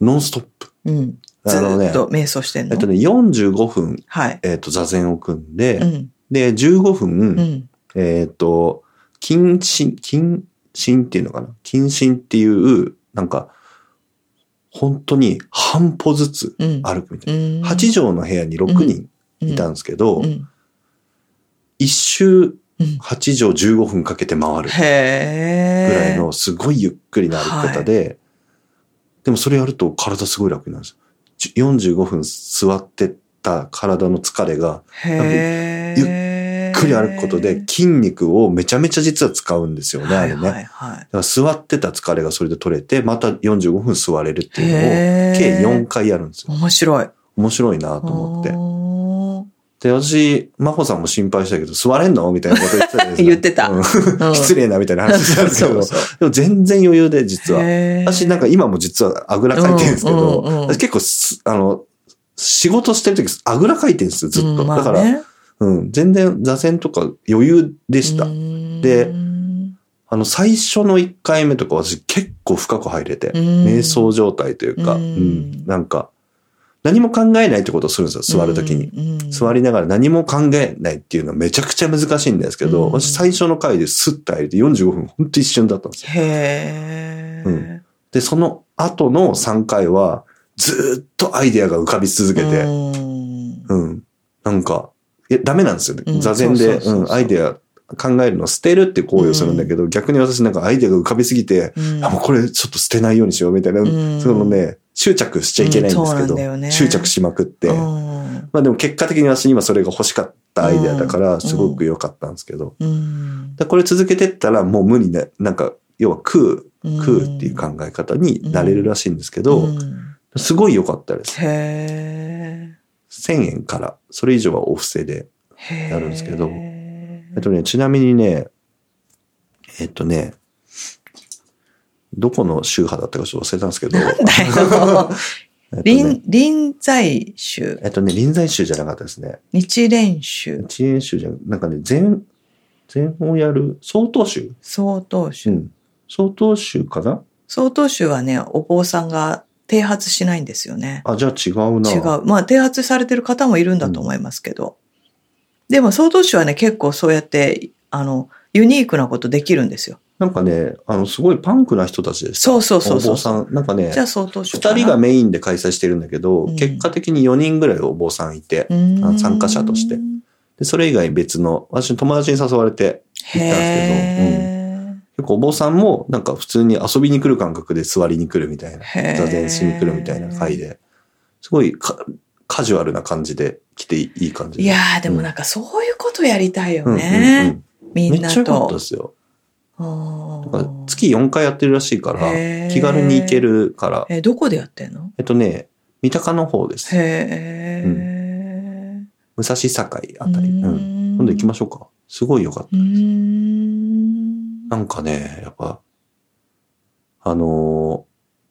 Speaker 2: ノンストップ。
Speaker 1: うん。
Speaker 2: あ
Speaker 1: ず
Speaker 2: の
Speaker 1: ー
Speaker 2: ね
Speaker 1: っ、と瞑想してん
Speaker 2: えっと
Speaker 1: の。
Speaker 2: ね、45分、
Speaker 1: はい。
Speaker 2: えっと、座禅を組んで、
Speaker 1: うん。
Speaker 2: で、15分、
Speaker 1: うん。
Speaker 2: えっと、近親、近親っていうのかな近親っていう、なんか、本当に半歩ずつ
Speaker 1: うん。
Speaker 2: 歩くみたい
Speaker 1: 8
Speaker 2: な。8畳の部屋に6人いたんですけど、
Speaker 1: うん。
Speaker 2: 一周
Speaker 1: う
Speaker 2: 8
Speaker 1: ん
Speaker 2: 畳15分かけて回る
Speaker 1: へえ。
Speaker 2: ぐらいのすごいゆっくりな歩き方で、でもそれやると体すごい楽になるんですよ。じゅ45分座ってた体の疲れが、
Speaker 1: へ
Speaker 2: ゆ
Speaker 1: え。
Speaker 2: ゆっくり歩くことで筋肉をめちゃめちゃ実は使うんですよね、あれね。
Speaker 1: はいはいはい。
Speaker 2: だから座ってた疲れがそれで取れて、また45分座れるっていうのを、
Speaker 1: へー
Speaker 2: 計4回やるんですよ。
Speaker 1: 面白い。
Speaker 2: 面白いなと思って。
Speaker 1: て。
Speaker 2: で、私、真帆さんも心配したけど、座れんのみたいなこと言ってたじゃないですか
Speaker 1: 言ってた
Speaker 2: うん
Speaker 1: う ん
Speaker 2: 失礼なみたいな話したんですけど、
Speaker 1: そう
Speaker 2: でも全然余裕で実は。
Speaker 1: へー
Speaker 2: 私なんか今も実はあぐらかいてるんですけど、
Speaker 1: うんうんうん
Speaker 2: 私結構す、あの、仕事してる時あぐらかいてるんですよ、ずっと。
Speaker 1: うんまあ
Speaker 2: だから、
Speaker 1: ね
Speaker 2: うん、全然座禅とか余裕でした。
Speaker 1: うーん
Speaker 2: で
Speaker 1: うん
Speaker 2: あの、最初の1回目とか私結構深く入れて、瞑想状態というか、
Speaker 1: うん
Speaker 2: うんなんか、何も考えないってことをするんですよ、座る時に。
Speaker 1: うんうん
Speaker 2: 座りながら何も考えないっていうのはめちゃくちゃ難しいんですけど、
Speaker 1: うん
Speaker 2: 私最初の回でスッと入れて45分、ほんと一瞬だったんですよ。
Speaker 1: へー
Speaker 2: うんで、その後の3回は、ずーっとアイデアが浮かび続けて、
Speaker 1: うん
Speaker 2: うん、なんか、いやダメなんですよね。
Speaker 1: うん
Speaker 2: 座禅で、
Speaker 1: そうそうそう
Speaker 2: う、
Speaker 1: そうん
Speaker 2: アイデア考えるのを捨てるって行為をするんだけど、逆に私なんかアイデアが浮かびすぎて、
Speaker 1: うん
Speaker 2: あ、もうこれちょっと捨てないようにしようみたいな、
Speaker 1: うん
Speaker 2: そのね、執着しちゃいけないんですけ
Speaker 1: うんそうなん
Speaker 2: ど、
Speaker 1: だよね
Speaker 2: 執着しまくって、
Speaker 1: うん
Speaker 2: まあでも結果的に私今それが欲しかったアイデアだか
Speaker 1: ん
Speaker 2: ら、すごく良かったんですけど、
Speaker 1: うん
Speaker 2: でこれ続けてったらもう無理な、なんか、要は食う、
Speaker 1: うん
Speaker 2: クールっていう考え方になれるらしいんですけど、
Speaker 1: うん
Speaker 2: すごい良かったです。
Speaker 1: へ
Speaker 2: 1000円から、それ以上はお布施で。
Speaker 1: え。
Speaker 2: なるんですけど
Speaker 1: へ
Speaker 2: えっとね、ちなみにね、えっとね、どこの宗派だったかちょっと忘れたんですけど、
Speaker 1: ーなんだよ。
Speaker 2: えっとね
Speaker 1: 臨、臨済宗、
Speaker 2: えっとね、臨済宗じゃなかったですね。
Speaker 1: 日蓮宗、
Speaker 2: 知恵宗じゃなくなんかね、全、全をやる、曹洞宗
Speaker 1: 曹洞宗。
Speaker 2: うん。曹洞宗かな
Speaker 1: 曹洞宗はね、お坊さんが剃髪しないんですよね。
Speaker 2: あ、じゃあ違うな。
Speaker 1: 違う。まあ、剃髪されてる方もいるんだと思いますけど。でも、曹洞宗はね、結構そうやって、あの、ユニークなことできるんですよ。
Speaker 2: なんかね、あの、すごいパンクな人たちです。
Speaker 1: そうそうそうそう。
Speaker 2: お坊さん。なんかね
Speaker 1: じゃ、あ、曹洞宗か
Speaker 2: 二
Speaker 1: な。
Speaker 2: 人がメインで開催してるんだけど、
Speaker 1: うん
Speaker 2: 結果的に4人ぐらいお坊さんいて、あの参加者として
Speaker 1: うーん
Speaker 2: でそれ以外別の、私の友達に誘われて、行ったん
Speaker 1: へー
Speaker 2: 結構お坊さんもなんか普通に遊びに来る感覚で座りに来るみたいな、
Speaker 1: へー
Speaker 2: 座禅しに来るみたいな回で、すごいかカジュアルな感じで来ていい感じで。
Speaker 1: いやー、でもなんかそういうことやりたいよ
Speaker 2: うんうんうん
Speaker 1: ね。み
Speaker 2: めっ
Speaker 1: んな
Speaker 2: ちゃ良かったで
Speaker 1: と。
Speaker 2: すよ。
Speaker 1: うん
Speaker 2: なんか月4回やってるらしいから
Speaker 1: へー、
Speaker 2: 気軽に行けるから、
Speaker 1: え、どこでやってんの
Speaker 2: えっとね、三鷹の方です。
Speaker 1: へー
Speaker 2: う武蔵境あたり。うん。今度行きましょうか。すごい良かった。
Speaker 1: うーん
Speaker 2: なんかね、やっぱ、あのー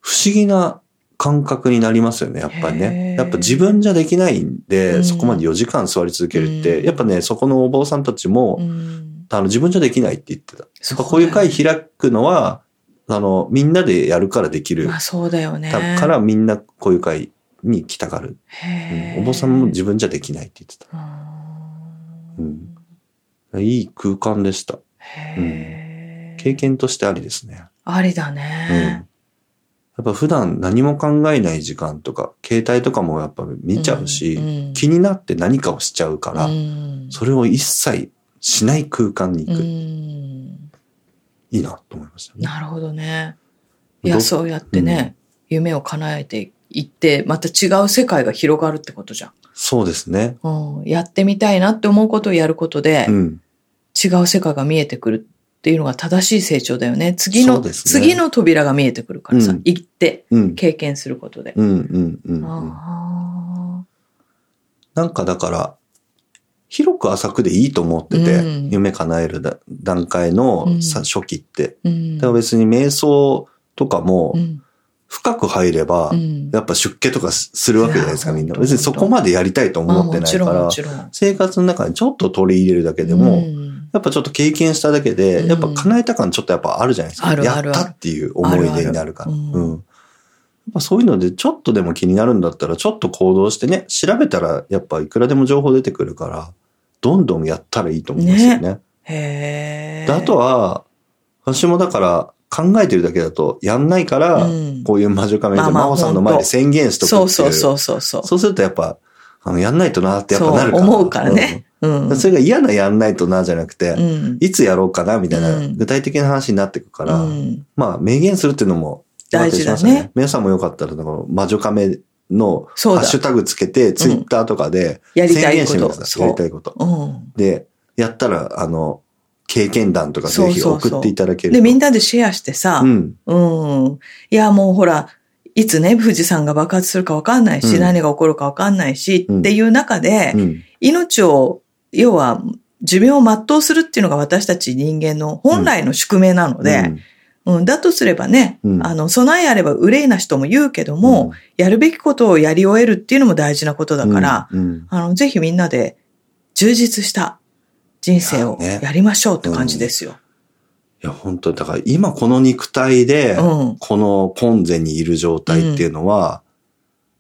Speaker 2: 不思議な感覚になりますよね、やっぱり
Speaker 1: へ
Speaker 2: ね。
Speaker 1: ー
Speaker 2: やっぱ自分じゃできないんで、
Speaker 1: うん
Speaker 2: そこまで4時間座り続けるっ
Speaker 1: う
Speaker 2: て、
Speaker 1: ん
Speaker 2: やっぱね、そこのお坊さんたちも、
Speaker 1: うん
Speaker 2: あの自分じゃできないって言ってた。やっぱこ
Speaker 1: そう
Speaker 2: う
Speaker 1: だ
Speaker 2: いう
Speaker 1: よね
Speaker 2: 会開くのは、あの、みんなでやるからできる。
Speaker 1: まあそうだよね。
Speaker 2: だからみんなこういう会に来たがる。
Speaker 1: へー、
Speaker 2: うんお坊さんも自分じゃできないって言って
Speaker 1: うー
Speaker 2: うんんた。いい空間でした。
Speaker 1: へー
Speaker 2: 経験としてありですね。
Speaker 1: ありだ
Speaker 2: うん。
Speaker 1: ね。
Speaker 2: やっぱ普段何も考えない時間とか、携帯とかもやっぱ見ちゃうし、
Speaker 1: ん
Speaker 2: 気になって何かをしちゃうから、
Speaker 1: うん
Speaker 2: それを一切しない空間に行く。
Speaker 1: う
Speaker 2: い
Speaker 1: ん
Speaker 2: いなと思いましたね。
Speaker 1: なるほどね。いや、
Speaker 2: ど
Speaker 1: そうやってね、夢を叶えていって、また違う世界が広がるってことじゃん。
Speaker 2: そうですね。
Speaker 1: うん、やってみたいなって思うことをやることで、
Speaker 2: うん。
Speaker 1: 違う世界が見えてくるっていうのが正しい成長だよね。次
Speaker 2: そ
Speaker 1: の、
Speaker 2: うですね
Speaker 1: 次の扉が見えてくるからさ、
Speaker 2: うん
Speaker 1: 行って
Speaker 2: うん。
Speaker 1: 経験することで。
Speaker 2: うんうんうんうん。
Speaker 1: あ
Speaker 2: なんかだから、広く浅くでいいと思ってて、
Speaker 1: うん
Speaker 2: 夢叶えるだ段階のさ
Speaker 1: うん
Speaker 2: 初期って。
Speaker 1: ーうん
Speaker 2: だから別に瞑想とかも
Speaker 1: うん
Speaker 2: 深く入れば、
Speaker 1: うん
Speaker 2: やっぱ出家とかすするわけじゃないですか、
Speaker 1: いや
Speaker 2: みんな。
Speaker 1: 本当
Speaker 2: 別にそこまでやりたいと
Speaker 1: まあ
Speaker 2: 思っ
Speaker 1: も
Speaker 2: てない
Speaker 1: ち
Speaker 2: か
Speaker 1: ろん
Speaker 2: ら
Speaker 1: も、ちろん。
Speaker 2: 生活の中にちょっと取り入れるだけでも、
Speaker 1: うん
Speaker 2: やっぱちょっと経験しただけで、
Speaker 1: うん
Speaker 2: やっぱ叶えた感ちょっとやっぱあるじゃないですか。
Speaker 1: あるあるある
Speaker 2: やったっていう思い出になるから。
Speaker 1: あるあるうん
Speaker 2: うん。やっぱそういうので、ちょっとでも気になるんだったら、ちょっと行動してね、調べたらやっぱいくらでも情報出てくるから、どんどんやったらいいと思いますよね。
Speaker 1: へ
Speaker 2: であと
Speaker 1: は、
Speaker 2: は、私もだから考えてるだけだとやんないから、
Speaker 1: うん
Speaker 2: こういう魔女仮面
Speaker 1: まあ
Speaker 2: で
Speaker 1: まあ
Speaker 2: 真帆さんの前で宣言しとくってい。
Speaker 1: そううそうそうそうそう。
Speaker 2: そうするとやっぱ、あのやんないとなってやっぱなるから。
Speaker 1: そう思うからね。うん
Speaker 2: うん。それが嫌なやんないとなじゃなくて、
Speaker 1: うん
Speaker 2: いつやろうかなみたいな
Speaker 1: うん
Speaker 2: 具体的な話になってくから、
Speaker 1: うん
Speaker 2: まあ明言するっていうのも
Speaker 1: 大事だ
Speaker 2: しました
Speaker 1: ね。。
Speaker 2: 皆さんもよかったら、この魔女亀のハ
Speaker 1: そうだ
Speaker 2: ッシュタグつけて、ツイッターとかで
Speaker 1: やりた
Speaker 2: 宣
Speaker 1: い
Speaker 2: 言
Speaker 1: こ
Speaker 2: してみて
Speaker 1: と。
Speaker 2: ください。
Speaker 1: そ
Speaker 2: や
Speaker 1: う
Speaker 2: りたいこと。
Speaker 1: うん。
Speaker 2: で、やったら、あの、経験談とかぜひ
Speaker 1: そうそうそ
Speaker 2: 送
Speaker 1: う
Speaker 2: っていただけると。
Speaker 1: で、みんなでシェアしてさ、
Speaker 2: うん。
Speaker 1: うん。いや、もうほら、いつね、富士山が爆発するかわかんないし、
Speaker 2: うん
Speaker 1: 何が起こるかわかんないし、
Speaker 2: うん
Speaker 1: っていう中で、
Speaker 2: うん。
Speaker 1: 命を、要は、寿命を全うするっていうのが私たち人間の本来の宿命なので、うんだとすればね、
Speaker 2: うん
Speaker 1: あの、備えあれば憂いな人も言うけど
Speaker 2: うん、
Speaker 1: も、やるべきことをやり終えるっていうのも大事なことだから、
Speaker 2: うん、うん
Speaker 1: あの、ぜひみんなで充実した人生を
Speaker 2: いやね
Speaker 1: やりましょうって感じですよ。
Speaker 2: いや、本当だから今この肉体で、
Speaker 1: うん。
Speaker 2: この根前にいる状態っていうのは、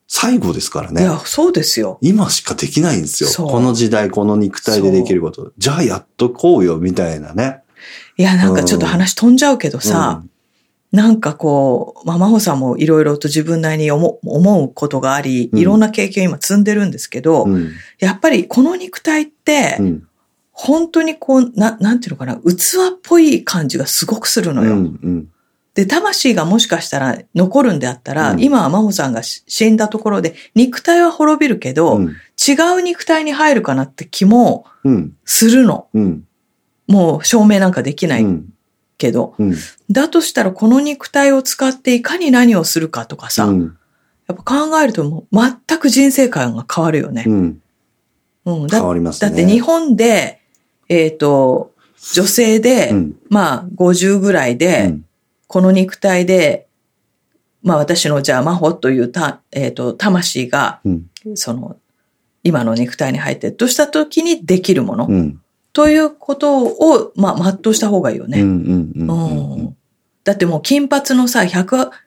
Speaker 2: 最後ですからね。
Speaker 1: いや、そうですよ。
Speaker 2: 今しかできないんですよ。
Speaker 1: そう
Speaker 2: この時代、この肉体でできること。じゃあやっとこうよ、みたいなね。
Speaker 1: いや、なんかちょっと話飛んじゃうけどさ、なんかこう、まあ、真帆さんもいろいろと自分なりに思う思うことがあり、
Speaker 2: うん
Speaker 1: いろんな経験を今積んでるんですけど、
Speaker 2: うん、うん。
Speaker 1: やっぱりこの肉体って
Speaker 2: う、ん。
Speaker 1: 本当にこう、な、なんていうのかな、器っぽい感じがすごくする
Speaker 2: う
Speaker 1: の
Speaker 2: ん。
Speaker 1: よ。
Speaker 2: うん。
Speaker 1: で、魂がもしかしたら残るんであったら、
Speaker 2: うん
Speaker 1: 今は真帆さんがし死んだところで、肉体は滅びるけど、
Speaker 2: うん
Speaker 1: 違う肉体に入るかなって気も
Speaker 2: うん。
Speaker 1: するの。
Speaker 2: うん。
Speaker 1: もう証明なんかできない
Speaker 2: うん
Speaker 1: けど、
Speaker 2: うん。
Speaker 1: だとしたらこの肉体を使っていかに何をするかとかさ、
Speaker 2: うん。
Speaker 1: やっぱ考えるともう全く人生観が変わるよね
Speaker 2: う。ん。
Speaker 1: うん、だ
Speaker 2: 変わります
Speaker 1: だ
Speaker 2: ね。
Speaker 1: って日本で、えっ、と、女性で、
Speaker 2: うん
Speaker 1: まあ50ぐらいで、この肉体で、まあ私のじゃあ魔法というた、えっ、と、魂が、
Speaker 2: うん。
Speaker 1: その、今の肉体に入ってるとした時にできるもの、
Speaker 2: うん。うん。
Speaker 1: ということを、まあ、全うした方がいいよ
Speaker 2: うん。
Speaker 1: ね。
Speaker 2: うん。うん。
Speaker 1: うんだってもう金髪のさ、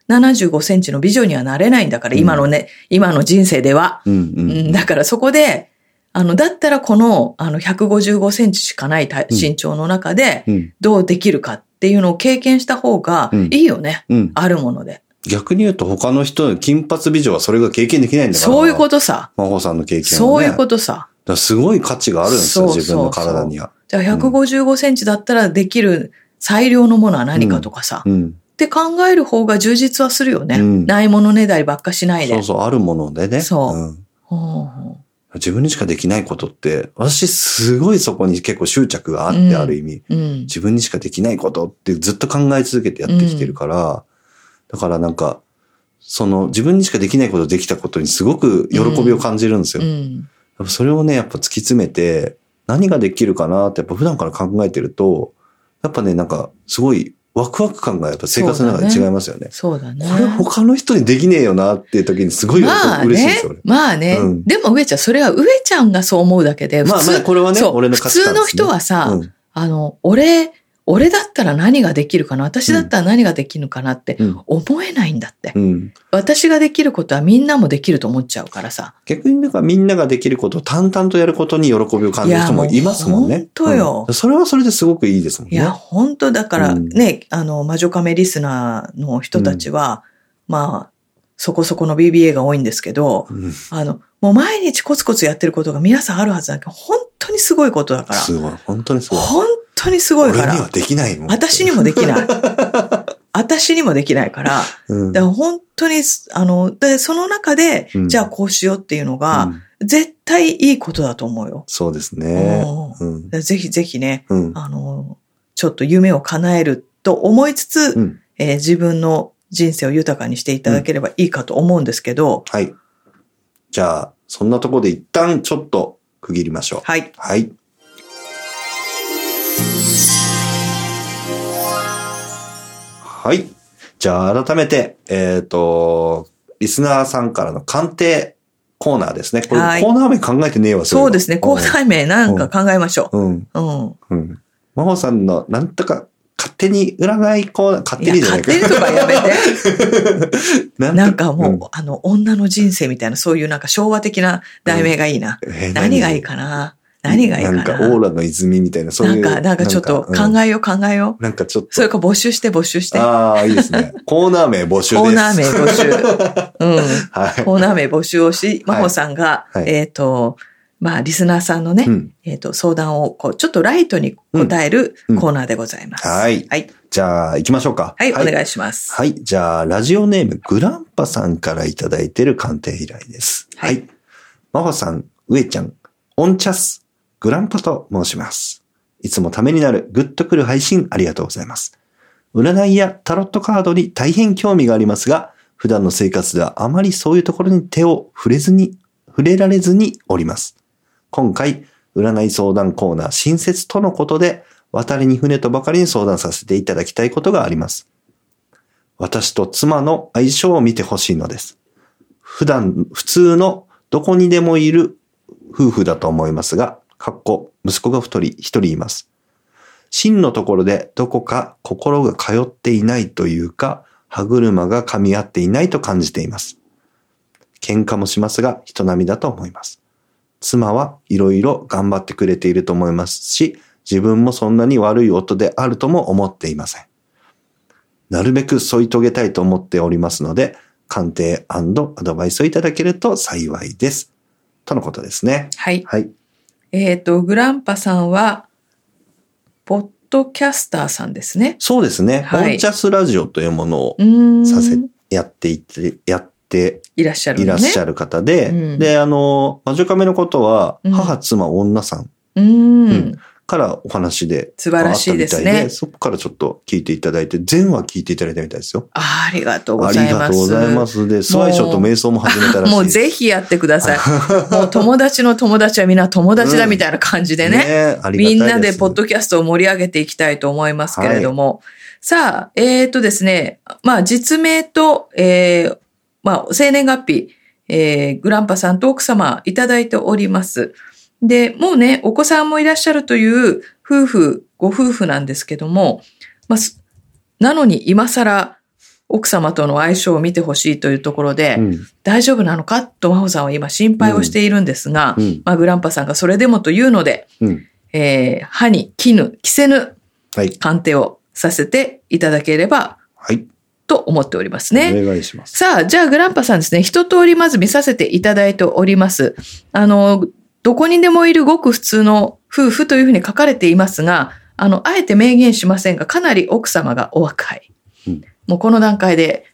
Speaker 1: 175センチの美女にはなれないんだから、
Speaker 2: うん
Speaker 1: 今のね、今の人生では。
Speaker 2: うん。う。
Speaker 1: うんん、だからそこで、あの、だったらこの、あの、155センチしかない体
Speaker 2: うん
Speaker 1: 身長の中で、
Speaker 2: うん。
Speaker 1: どうできるかっていうのを経験した方が
Speaker 2: うん
Speaker 1: いいよね。
Speaker 2: うん。
Speaker 1: あるもので。
Speaker 2: 逆に言うと他の人、金髪美女はそれが経験できないんだから。。
Speaker 1: そういうこととさ。
Speaker 2: 真帆さんの経験はね。。
Speaker 1: そういうこととさ。
Speaker 2: すごい価値があるんですよ、
Speaker 1: そうそう
Speaker 2: 自分の体には。
Speaker 1: じゃあ155センチだったらできる最良のものは何かとかさ。
Speaker 2: うん。
Speaker 1: って考える方が充実はするよね。
Speaker 2: うん
Speaker 1: ないものねだりばっかしないで。
Speaker 2: そうそう、あるものでね。
Speaker 1: そうんほうほう
Speaker 2: 自分にしかできないことって、私すごいそこに結構執着があって、
Speaker 1: うん
Speaker 2: ある意味。
Speaker 1: うん。
Speaker 2: 自分にしかできないことってずっと考え続けてやってきてるから、だからなんか、その自分にしかできないことできたことにすごく喜びを感じるんですよ。
Speaker 1: う
Speaker 2: やっ
Speaker 1: ん。
Speaker 2: ぱそれをね、やっぱ突き詰めて、何ができるかなってやっぱ普段から考えてると、やっぱね、なんかすごいワクワク感がやっぱ生活の中で違いますよね。
Speaker 1: そうだね。
Speaker 2: これ他の人にできねえよなっていう時にすごい
Speaker 1: まあ
Speaker 2: 嬉しいんで
Speaker 1: ね
Speaker 2: すよ、俺。。
Speaker 1: まあね。
Speaker 2: うん
Speaker 1: でも、上ちゃん、それは上ちゃんがそう思うだけで、普通、
Speaker 2: まあまあ、これはね、
Speaker 1: そう
Speaker 2: 俺の
Speaker 1: 普
Speaker 2: 価値
Speaker 1: 通
Speaker 2: 観
Speaker 1: の人
Speaker 2: ですね
Speaker 1: はさ、
Speaker 2: うん
Speaker 1: あの、俺、俺だったら何ができるかな私だったら何ができるかなって
Speaker 2: うん
Speaker 1: 思えないんだって。
Speaker 2: うん、
Speaker 1: 私ができることはみんなもできると思っちゃうからさ。
Speaker 2: 逆になんかみんなができることを淡々とやることに喜びを感じる人もいますもんね。
Speaker 1: いやもう本当よ
Speaker 2: うんそれはそれですごくいいですもん
Speaker 1: い
Speaker 2: ね。
Speaker 1: や、本当だから
Speaker 2: うん
Speaker 1: ね、あの、魔女カメリスナーの人たちは、まあ、そこそこの BBA が多いんですけど、
Speaker 2: うん
Speaker 1: あの、もう毎日コツコツやってることが皆さんあるはずだけど、本当にすごいことだから。
Speaker 2: すごい。本当にすごい。
Speaker 1: 本当にすごいか
Speaker 2: 俺に
Speaker 1: ら
Speaker 2: は。できないもん。
Speaker 1: 私にもでき ない。私にもできないから。
Speaker 2: うん、
Speaker 1: だから本当に、あの、で、その中で、
Speaker 2: うん
Speaker 1: じゃあこうしようっていうのが、
Speaker 2: うん
Speaker 1: 絶対いいことだと思うよ。
Speaker 2: そうですね。
Speaker 1: う
Speaker 2: うん
Speaker 1: だか。らぜひぜひね、
Speaker 2: うん。
Speaker 1: あの、ちょっと夢を叶えると思いつつ、
Speaker 2: うん
Speaker 1: えー自分の人生を豊かにしていただければいいかと思うんですけど、
Speaker 2: はい。じゃあ、そんなところで一旦ちょっと区切りましょう。
Speaker 1: はい。
Speaker 2: はい。はい。じゃあ、改めて、えっ、と、リスナーさんからの鑑定コーナーですね。これ、
Speaker 1: はい
Speaker 2: コーナー名考えてねえわ、
Speaker 1: そうですね、コーナー名なんか考えましょ
Speaker 2: ー。うん。
Speaker 1: う。うん。
Speaker 2: うん。真帆さんの、なんとか、勝手に占いコーナー、勝
Speaker 1: い
Speaker 2: 手
Speaker 1: や
Speaker 2: に、じゃないか
Speaker 1: 勝手にとかやめて。
Speaker 2: な
Speaker 1: なんかもう、
Speaker 2: うん
Speaker 1: あの、女の人生みたいな、そういうなんか昭和的な題名がいいな。
Speaker 2: えー
Speaker 1: 何がいいかな何がいいかな
Speaker 2: なんか、オーラの泉みたいな、そう
Speaker 1: ないん
Speaker 2: う。
Speaker 1: か、なんかちょっと
Speaker 2: うん
Speaker 1: 考えよう考えよう。
Speaker 2: なんかちょっと。
Speaker 1: それか募集して募集して。コ
Speaker 2: ああ、いいです ね。コーナー名募集です。
Speaker 1: ーナー名 募集。うん。
Speaker 2: はい。
Speaker 1: コーナー名募集をし、真帆さんが、
Speaker 2: はい
Speaker 1: えっ、と、まあ、リスナーさんのね、
Speaker 2: うん
Speaker 1: えっ、と、相談を、こう、ちょっとライトに答える
Speaker 2: うんうん
Speaker 1: コーナーでございます。
Speaker 2: はい
Speaker 1: はい。
Speaker 2: じゃあ、行きましょうか。
Speaker 1: はい、お願
Speaker 2: はい
Speaker 1: します。
Speaker 2: はい。じゃあ、ラジオネーム、グランパさんからいただいてる鑑定依頼です。
Speaker 1: はい。
Speaker 2: まほさん、上ちゃん、オンチャス、グランパと申します。いつもためになるグッとくる配信ありがとうございます。占いやタロットカードに大変興味がありますが、普段の生活ではあまりそういうところに手を触れずに、触れられずにおります。今回、占い相談コーナー新設とのことで、渡りに船とばかりに相談させていただきたいことがあります。私と妻の相性を見てほしいのです。普段、普通のどこにでもいる夫婦だと思いますが、かっこ、息子が一人、一人います。真のところでどこか心が通っていないというか、歯車が噛み合っていないと感じています。喧嘩もしますが、人並みだと思います。妻はいろいろ頑張ってくれていると思いますし、自分もそんなに悪い夫であるとも思っていません。なるべく添い遂げたいと思っておりますので、鑑定アドバイスをいただけると幸いです。とのことですね。
Speaker 1: はい。
Speaker 2: はい。
Speaker 1: えっ、と、グランパさんは、ポッドキャスターさんですね。
Speaker 2: そうですね。
Speaker 1: はい
Speaker 2: オンチャスラジオというものを
Speaker 1: うーん。
Speaker 2: させ、やっていって、やって
Speaker 1: いらっしゃる
Speaker 2: いら
Speaker 1: の
Speaker 2: っ
Speaker 1: ね。
Speaker 2: しゃる方で、
Speaker 1: うん
Speaker 2: で、あの、魔女カメのことは、
Speaker 1: うん
Speaker 2: 母、妻、女さん
Speaker 1: うーん。
Speaker 2: うんからお話で
Speaker 1: 素晴らしいですね
Speaker 2: あったみたいそこからちょっと聞いていただいて、全話聞いていただいたみたいですよ。
Speaker 1: あありがとうご
Speaker 2: あり
Speaker 1: ざいます。
Speaker 2: がとうございます。で、スワイショーと瞑想も始めたらしい。
Speaker 1: もうぜひやって ください。もう友達の友達はみんな友達だみたいな感じでね。
Speaker 2: ありがたい
Speaker 1: み
Speaker 2: す
Speaker 1: んなでポッドキャストを盛り上げていきたいと思いますけれども。さあ、えっ、とですね、まあ実名と、えーまあ生年月日、えーグランパさんと奥様いただいております。で、もうね、お子さんもいらっしゃるという夫婦、ご夫婦なんですけども、まあ、すなのに今更奥様との相性を見てほしいというところで、
Speaker 2: うん
Speaker 1: 大丈夫なのかと真帆さんは今心配をしているんですが、
Speaker 2: うん
Speaker 1: まあグランパさんがそれでもというので、
Speaker 2: うん。
Speaker 1: えー歯に絹、着せぬ
Speaker 2: はい。
Speaker 1: 鑑定をさせていただければ
Speaker 2: はい。
Speaker 1: と思っておりますね。
Speaker 2: お願いします。
Speaker 1: さあ、じゃあグランパさんですね、一通りまず見させていただいております。あの、どこにでもいるごく普通の夫婦というふうに書かれていますが、あの、あえて明言しませんが、かなり奥様がお若い。
Speaker 2: うん
Speaker 1: もうこの段階で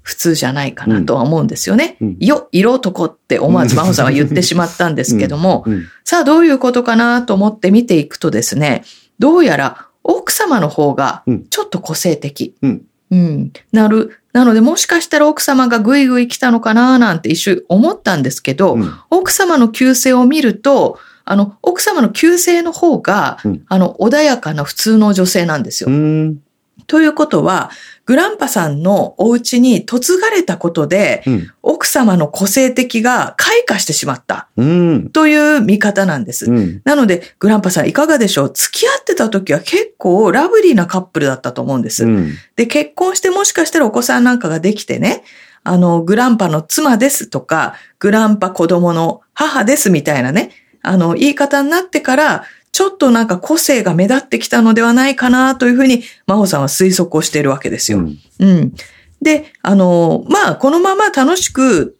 Speaker 1: 普通じゃないかなとは思うんですよね。
Speaker 2: うん
Speaker 1: よ、色男って思わず真帆さんは言ってしまったんですけども、
Speaker 2: うん。
Speaker 1: さあどういうことかなと思って見ていくとですね、どうやら奥様の方が
Speaker 2: うん
Speaker 1: ちょっと個性的。
Speaker 2: うん
Speaker 1: うんなる。なのでもしかしたら奥様がぐいぐい来たのかななんて一瞬思ったんですけど、
Speaker 2: うん
Speaker 1: 奥様の旧姓を見ると、あの、奥様の旧姓の方が、
Speaker 2: うん
Speaker 1: あの、穏やかな普通の女性なんですよ。
Speaker 2: うん。
Speaker 1: ということは、グランパさんのお家に嫁がれたことで、
Speaker 2: うん。
Speaker 1: 奥様の個性的が開花してしまった
Speaker 2: うん。
Speaker 1: という見方なんです。
Speaker 2: うん。
Speaker 1: なので、グランパさんいかがでしょう付き合ってた時は結構ラブリーなカップルだったと思うんです。
Speaker 2: うん。
Speaker 1: で、結婚してもしかしたらお子さんなんかができてね、あの、グランパの妻ですとか、グランパ子供の母ですみたいなね、あの、言い方になってから、ちょっとなんか個性が目立ってきたのではないかなというふうに、真帆さんは推測をしているわけですよ。うん。で、あの、まあ、このまま楽しく、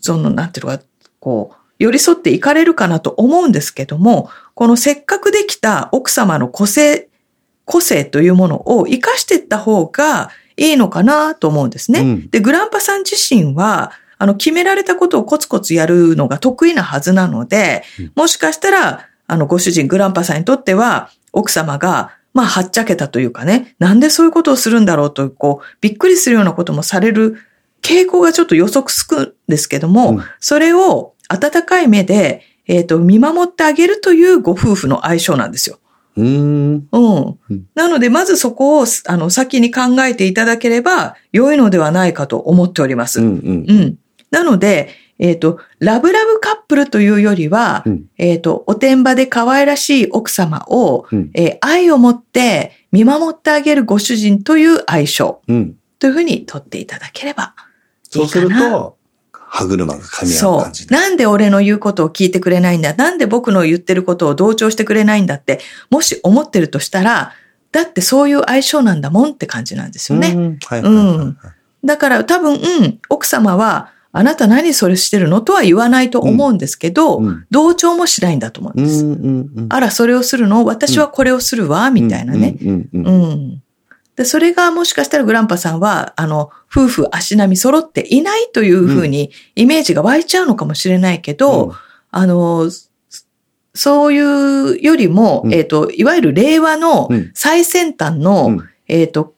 Speaker 1: その、なんていうのか、こう、寄り添っていかれるかなと思うんですけども、このせっかくできた奥様の個性、個性というものを活かしていった方がいいのかなと思うんですね。
Speaker 2: うん
Speaker 1: で、グランパさん自身は、あの、決められたことをコツコツやるのが得意なはずなので、もしかしたら、あの、ご主人、グランパさんにとっては、奥様が、まあ、はっちゃけたというかね、なんでそういうことをするんだろうと、こう、びっくりするようなこともされる傾向がちょっと予測つくんですけども、
Speaker 2: うん
Speaker 1: それを温かい目で、えっ、と、見守ってあげるというご夫婦の相性なんですよ。
Speaker 2: うん。
Speaker 1: うん
Speaker 2: うん。
Speaker 1: なので、まずそこを、あの、先に考えていただければ、良いのではないかと思っております。
Speaker 2: うん。
Speaker 1: うん。なので、えっ、と、ラブラブカップルというよりは、
Speaker 2: うん
Speaker 1: えっ、と、おてんばで可愛らしい奥様を、
Speaker 2: うん
Speaker 1: えー愛を持って見守ってあげるご主人という相性
Speaker 2: うん。
Speaker 1: というふうに取っていただければ。
Speaker 2: そうする
Speaker 1: いいか
Speaker 2: と、歯車が噛み合う
Speaker 1: そ
Speaker 2: 感じ
Speaker 1: う。
Speaker 2: で。
Speaker 1: なんで俺の言うことを聞いてくれないんだなんで僕の言ってることを同調してくれないんだって、もし思ってるとしたら、だってそういう相性なんだもんって感じなんですよね。
Speaker 2: うん。はいはいはいはい。
Speaker 1: だから多分、うん奥様は、あなた何それしてるのとは言わないと思うんですけど、
Speaker 2: うんうん
Speaker 1: 同調もしないんだと思うん
Speaker 2: う
Speaker 1: です。
Speaker 2: ん。うん。うん。
Speaker 1: あら、それをするの私はこれをするわ、みたいなね。
Speaker 2: うん。うん。
Speaker 1: う
Speaker 2: うん
Speaker 1: ん、で、それがもしかしたらグランパさんは、あの、夫婦足並み揃っていないというふうにイメージが湧いちゃうのかもしれないけど、あの、そそういうよりも、
Speaker 2: うん
Speaker 1: えっ、と、いわゆる令和の
Speaker 2: うん
Speaker 1: 最先端の、
Speaker 2: うん
Speaker 1: えっ、と、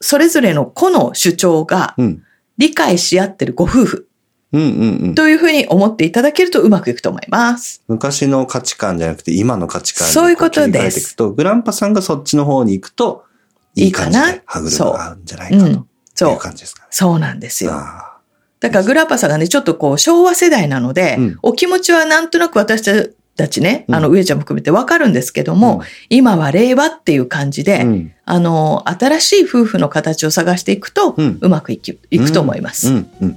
Speaker 1: それぞれの個の主張が
Speaker 2: うん。
Speaker 1: 理解し合ってるご夫婦
Speaker 2: うん。うん。うん。
Speaker 1: というふうに思っていただけるとうまくいくと思います。
Speaker 2: 昔の価値観じゃなくて今の価値観に
Speaker 1: そういうこと
Speaker 2: 切り替え
Speaker 1: です
Speaker 2: ていくと、グランパさんがそっちの方に行くと、いい感じ
Speaker 1: いいか
Speaker 2: で
Speaker 1: な
Speaker 2: 歯車が合うんじゃないうかと
Speaker 1: ん。
Speaker 2: い
Speaker 1: そうう。
Speaker 2: 感じですかね。
Speaker 1: そうなんですよ。
Speaker 2: あ
Speaker 1: だからグランパさんがね、ちょっとこう昭和世代なので、
Speaker 2: うん
Speaker 1: お気持ちはなんとなく私たちね、あの、
Speaker 2: う
Speaker 1: 上ちゃんも含めてわかるんですけど
Speaker 2: ー
Speaker 1: も、、今は令和っていう感じで、
Speaker 2: うんうん
Speaker 1: あの、新しい夫婦の形を探していくと、
Speaker 2: う
Speaker 1: うんまくいきいくと思います。
Speaker 2: うんうんいい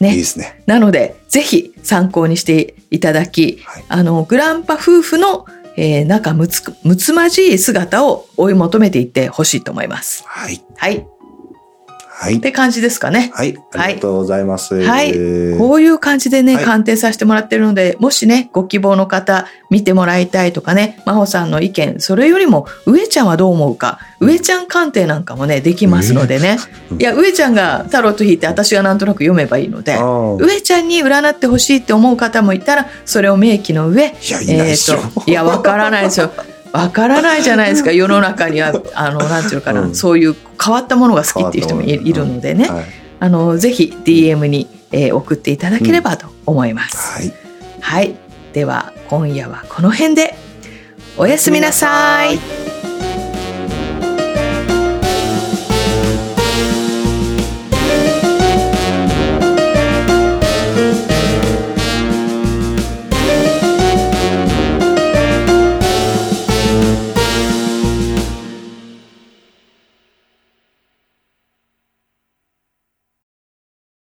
Speaker 2: で
Speaker 1: ね。
Speaker 2: すね。
Speaker 1: なので、ぜひ参考にしていただき、
Speaker 2: はい
Speaker 1: あの、グランパ夫婦の、えー仲むつく、むつまじい姿を追い求めていってほしいと思います。
Speaker 2: はい。
Speaker 1: はい。っ
Speaker 2: はい。
Speaker 1: て感じですかね。
Speaker 2: はい。ありがとうございます。
Speaker 1: はい
Speaker 2: は
Speaker 1: こういう感じでね、
Speaker 2: はい
Speaker 1: 鑑定させてもらってるので、もしね、ご希望の方、見てもらいたいとかね、真帆さんの意見、それよりも、上ちゃんはどう思うか、上ちゃん鑑定なんかもね、できますのでね。
Speaker 2: うん
Speaker 1: いや、上ちゃんがタロット引いて、私がなんとなく読めばいいので、
Speaker 2: い。
Speaker 1: 上ちゃんに占ってほしいって思う方もいたら、それを明記の上、
Speaker 2: いや、いないっしょ
Speaker 1: えーといや、わからないですよ。わからないじゃないですか世の中にはあのなんていうのかな、
Speaker 2: うん
Speaker 1: そういう変わったものが好きっていう人もい
Speaker 2: 変わったもの
Speaker 1: いるのでね、
Speaker 2: はい。
Speaker 1: あのぜひ DM に、えー送っていただければと思います、
Speaker 2: はい。
Speaker 1: はいでは今夜はこの辺でおやすみなさい